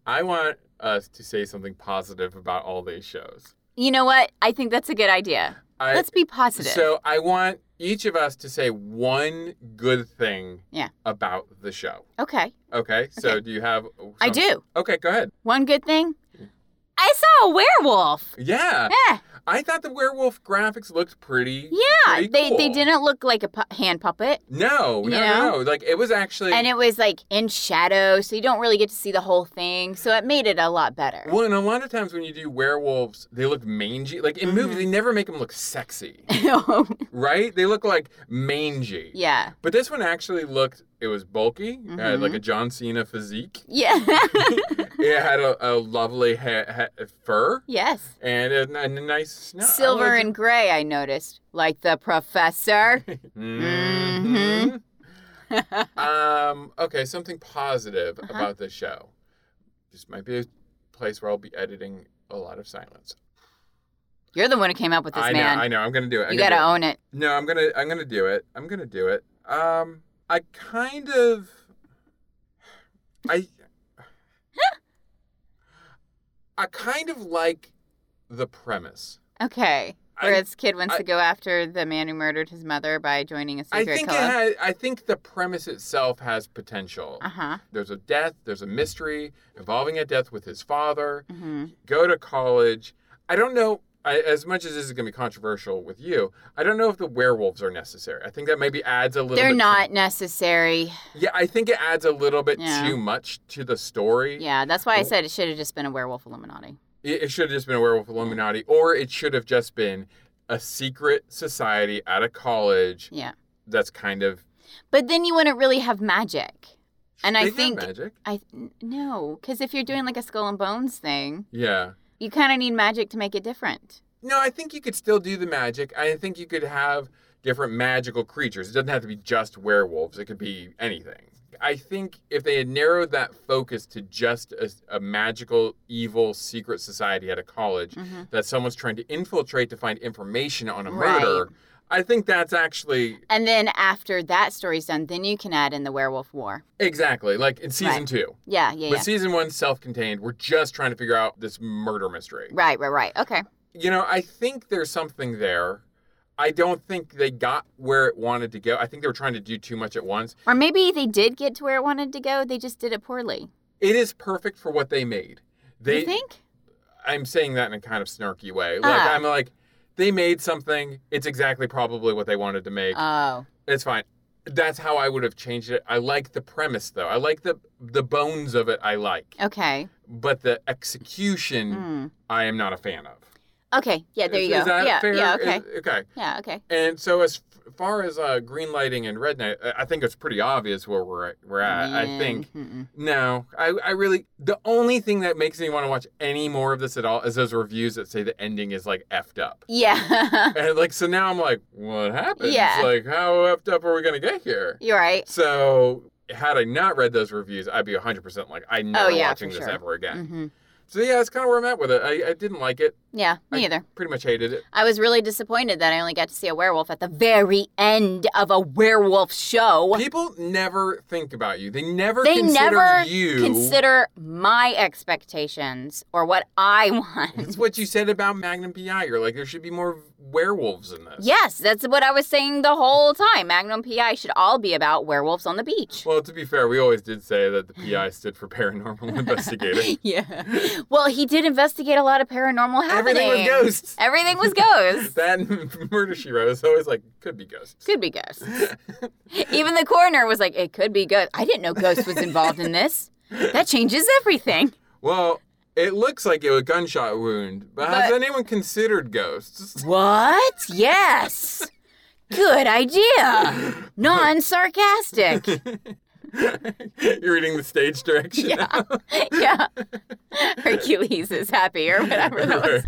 Speaker 2: I want us to say something positive about all these shows.
Speaker 1: You know what? I think that's a good idea.
Speaker 2: I,
Speaker 1: Let's be positive.
Speaker 2: So I want each of us to say one good thing.
Speaker 1: Yeah.
Speaker 2: About the show.
Speaker 1: okay.
Speaker 2: Okay. So
Speaker 1: Okay.
Speaker 2: do you have?
Speaker 1: I
Speaker 2: some-
Speaker 1: do.
Speaker 2: Okay, go ahead.
Speaker 1: One good thing. I saw a werewolf.
Speaker 2: Yeah,
Speaker 1: Yeah.
Speaker 2: I thought the werewolf graphics looked pretty.
Speaker 1: Yeah.
Speaker 2: pretty
Speaker 1: They they
Speaker 2: cool.
Speaker 1: didn't look like a pu- hand puppet,
Speaker 2: No, no,
Speaker 1: You know?
Speaker 2: no. Like it was actually.
Speaker 1: and it was like in shadow, so you don't really get to see the whole thing. So it made it a lot better.
Speaker 2: Well, and a lot of times when you do werewolves, they look mangy. Like in movies,
Speaker 1: Mhm.
Speaker 2: they never make them look sexy, right? They look like mangy.
Speaker 1: yeah.
Speaker 2: But this one actually looked. It was bulky, it had like
Speaker 1: Mhm.
Speaker 2: a John Cena physique.
Speaker 1: Yeah.
Speaker 2: it had a, a lovely ha- ha- fur
Speaker 1: yes.
Speaker 2: and a, and a nice snout. I
Speaker 1: Silver
Speaker 2: liked
Speaker 1: and gray, I noticed. Like the professor.
Speaker 2: it.
Speaker 1: Mm-hmm.
Speaker 2: Mhm. um. Okay, something positive
Speaker 1: Uh-huh.
Speaker 2: about this show. This might be a place where I'll be editing a lot of silence.
Speaker 1: You're the one who came up with this
Speaker 2: I
Speaker 1: man.
Speaker 2: know. I know. I'm gonna do it. I'm
Speaker 1: you
Speaker 2: gonna
Speaker 1: gotta
Speaker 2: do it.
Speaker 1: own it.
Speaker 2: No, I'm gonna I'm gonna do it. I'm gonna do it. Um, I kind of, I, I kind of like the premise.
Speaker 1: Okay.
Speaker 2: I-
Speaker 1: Where this kid wants
Speaker 2: I-
Speaker 1: to go after the man who murdered his mother by joining a
Speaker 2: I
Speaker 1: secret
Speaker 2: think it
Speaker 1: club.
Speaker 2: has, I think the premise itself has potential.
Speaker 1: uh huh.
Speaker 2: There's a death. There's a mystery involving a death with his father.
Speaker 1: hmm
Speaker 2: Go to college. I don't know. I, as much as this is going to be controversial with you, I don't know if the werewolves are necessary. I think that maybe adds a little.
Speaker 1: They're
Speaker 2: bit to-
Speaker 1: not necessary.
Speaker 2: Yeah, I think it adds a little bit
Speaker 1: Yeah.
Speaker 2: too much to the story.
Speaker 1: Yeah, that's why I
Speaker 2: Well-
Speaker 1: said it should have just been a werewolf Illuminati.
Speaker 2: It, should have just been a werewolf Illuminati, or it should have just been a secret society at a college
Speaker 1: Yeah.
Speaker 2: that's kind of.
Speaker 1: But then you wouldn't really have magic. And I
Speaker 2: They got
Speaker 1: think-
Speaker 2: magic.
Speaker 1: I n- no, because if you're doing like a skull and bones thing,
Speaker 2: Yeah.
Speaker 1: you kind of need magic to make it different.
Speaker 2: No, I think you could still do the magic. I think you could have different magical creatures. It doesn't have to be just werewolves. It could be anything. I think if they had narrowed that focus to just a, a magical, evil, secret society at a college,
Speaker 1: hmm
Speaker 2: that someone's trying to infiltrate to find information on a
Speaker 1: Right.
Speaker 2: murder, I think that's actually
Speaker 1: And then after that story's done, then you can add in the werewolf war.
Speaker 2: exactly like in season
Speaker 1: Right.
Speaker 2: two.
Speaker 1: Yeah, yeah,
Speaker 2: But
Speaker 1: yeah.
Speaker 2: season one's self contained. We're just trying to figure out this murder mystery.
Speaker 1: Right, right, right. Okay.
Speaker 2: You know, I think there's something there. I don't think they got where it wanted to go. I think they were trying to do too much at once.
Speaker 1: Or maybe they did get to where it wanted to go. They just did it poorly.
Speaker 2: It is perfect for what they made. They
Speaker 1: you think?
Speaker 2: I'm saying that in a kind of snarky way. Like
Speaker 1: Ah.
Speaker 2: I'm like, they made something. It's exactly probably what they wanted to make.
Speaker 1: Oh,
Speaker 2: It's fine. That's how I would have changed it. I like the premise though. I like the the bones of it I like.
Speaker 1: okay.
Speaker 2: But the execution
Speaker 1: Mm.
Speaker 2: I am not a fan of.
Speaker 1: Okay. Yeah, there
Speaker 2: Is-
Speaker 1: you go.
Speaker 2: Is that
Speaker 1: yeah,
Speaker 2: fair?
Speaker 1: yeah, okay.
Speaker 2: Is- okay.
Speaker 1: yeah, okay.
Speaker 2: And so as f- far as uh, green lighting and red night, I- I think it's pretty obvious where we're at, we're at. I
Speaker 1: Man,
Speaker 2: think
Speaker 1: mm-mm.
Speaker 2: no, I, I really the only thing that makes me want to watch any more of this at all is those reviews that say the ending is like effed up.
Speaker 1: Yeah.
Speaker 2: And like so now I'm like, what happened?
Speaker 1: Yeah.
Speaker 2: Like how effed up are we gonna get here?
Speaker 1: You're right.
Speaker 2: So had I not read those reviews, I'd be 100% like, I'm never
Speaker 1: Oh, yeah,
Speaker 2: watching
Speaker 1: for
Speaker 2: this
Speaker 1: sure.
Speaker 2: ever again.
Speaker 1: hmm
Speaker 2: So yeah, that's kind of where I'm at with it. I, I didn't like it.
Speaker 1: Yeah, me
Speaker 2: I-
Speaker 1: either.
Speaker 2: Pretty much hated it.
Speaker 1: I was really disappointed that I only got to see a werewolf at the very end of a werewolf show.
Speaker 2: People never think about you. They never
Speaker 1: They
Speaker 2: consider
Speaker 1: never
Speaker 2: you.
Speaker 1: Consider my expectations or what I want.
Speaker 2: It's what you said about Magnum PI. You're like, there should be more werewolves in this.
Speaker 1: Yes, that's what I was saying the whole time. Magnum PI should all be about werewolves on the beach.
Speaker 2: Well, to be fair, we always did say that the PI stood for paranormal investigator.
Speaker 1: yeah. Well, he did investigate a lot of paranormal happenings.
Speaker 2: Everything was ghosts.
Speaker 1: Everything was ghosts.
Speaker 2: That and murder she wrote is always like could be ghosts.
Speaker 1: could be ghosts. Even the coroner was like, it could be ghosts. I didn't know ghosts was involved in this. That changes everything.
Speaker 2: Well, it looks like it was a gunshot wound, but, has
Speaker 1: But-
Speaker 2: anyone considered ghosts?
Speaker 1: What? Yes. Good idea. Non sarcastic.
Speaker 2: You're reading the stage direction.
Speaker 1: Yeah. yeah. Hercules is happy or whatever that was.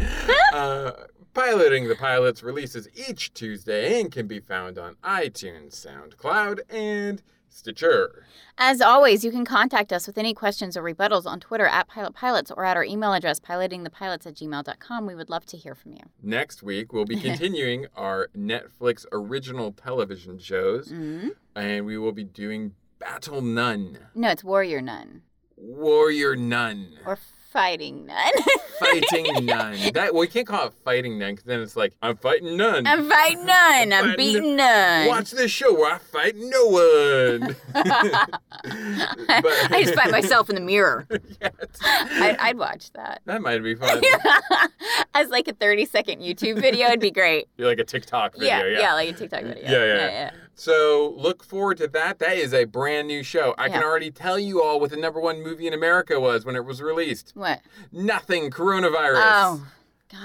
Speaker 2: uh, Piloting the Pilots releases each Tuesday and can be found on iTunes, SoundCloud, and Stitcher.
Speaker 1: As always, you can contact us with any questions or rebuttals on Twitter at PilotPilots or at our email address, pilotingthepilots at gmail.com. We would love to hear from you.
Speaker 2: Next week, we'll be continuing our Netflix original television shows,
Speaker 1: Mm-hmm.
Speaker 2: and we will be doing Battle Nun,
Speaker 1: No, it's Warrior Nun
Speaker 2: Warrior Nun,
Speaker 1: or Fighting Nun.
Speaker 2: Fighting Nun. That well, we can't call it Fighting Nun because then it's like I'm fighting none.
Speaker 1: I'm fighting none. I'm
Speaker 2: Fighting
Speaker 1: beating none.
Speaker 2: Watch this show where I fight no one. But-
Speaker 1: I just fight myself in the mirror.
Speaker 2: Yes.
Speaker 1: I'd, I'd watch that.
Speaker 2: That might be fun.
Speaker 1: As like a 30 second YouTube video, it'd be great.
Speaker 2: You're like a TikTok video.
Speaker 1: yeah,
Speaker 2: Yeah.
Speaker 1: like a TikTok video.
Speaker 2: Yeah, yeah, So look forward to that. That is a brand new show. I can
Speaker 1: Yeah.
Speaker 2: already tell you all what the number one movie in America was when it was released.
Speaker 1: What?
Speaker 2: Nothing coronavirus.
Speaker 1: Oh,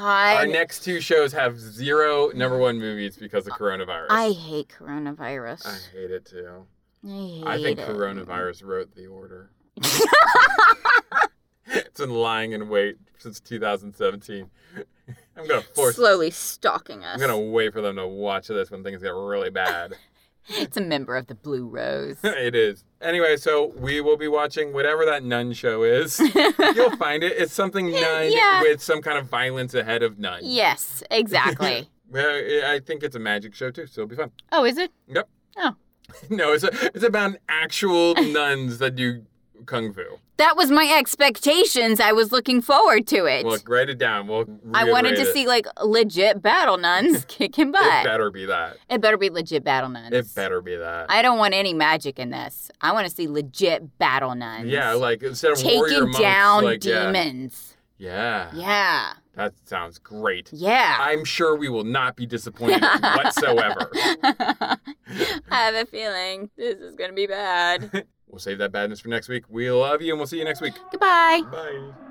Speaker 2: Our
Speaker 1: God.
Speaker 2: next two shows have zero number one movies because of coronavirus.
Speaker 1: I hate coronavirus.
Speaker 2: I hate it too.
Speaker 1: I, hate
Speaker 2: I think
Speaker 1: it.
Speaker 2: coronavirus wrote the order. it's been lying in wait since 2017. I'm gonna force.
Speaker 1: Slowly stalking us.
Speaker 2: I'm gonna wait for them to watch this when things get really bad.
Speaker 1: It's a member of the Blue Rose.
Speaker 2: it is. Anyway, so we will be watching whatever that nun show is. You'll find it. It's something nun
Speaker 1: Yeah.
Speaker 2: with some kind of violence ahead of nun.
Speaker 1: yes, exactly.
Speaker 2: Well, I think it's a magic show too, so it'll be fun.
Speaker 1: oh, is it?
Speaker 2: Yep.
Speaker 1: Oh.
Speaker 2: No, it's a, it's about actual nuns that do kung fu.
Speaker 1: That was my expectations. I was looking forward to it.
Speaker 2: Look, write it down. We'll.
Speaker 1: I wanted
Speaker 2: reiterate
Speaker 1: to
Speaker 2: it.
Speaker 1: see like legit battle nuns kicking
Speaker 2: It
Speaker 1: butt.
Speaker 2: better be that.
Speaker 1: It better be legit battle nuns.
Speaker 2: It better be that.
Speaker 1: I don't want any magic in this. I want to see legit battle nuns.
Speaker 2: yeah, like instead of warrior
Speaker 1: taking
Speaker 2: monks,
Speaker 1: down
Speaker 2: like, yeah.
Speaker 1: demons.
Speaker 2: Yeah.
Speaker 1: Yeah,
Speaker 2: that sounds great.
Speaker 1: yeah.
Speaker 2: I'm sure we will not be disappointed whatsoever.
Speaker 1: I have a feeling this is gonna be bad.
Speaker 2: We'll save that badness for next week. We love you, and we'll see you next week.
Speaker 1: Goodbye.
Speaker 2: Bye.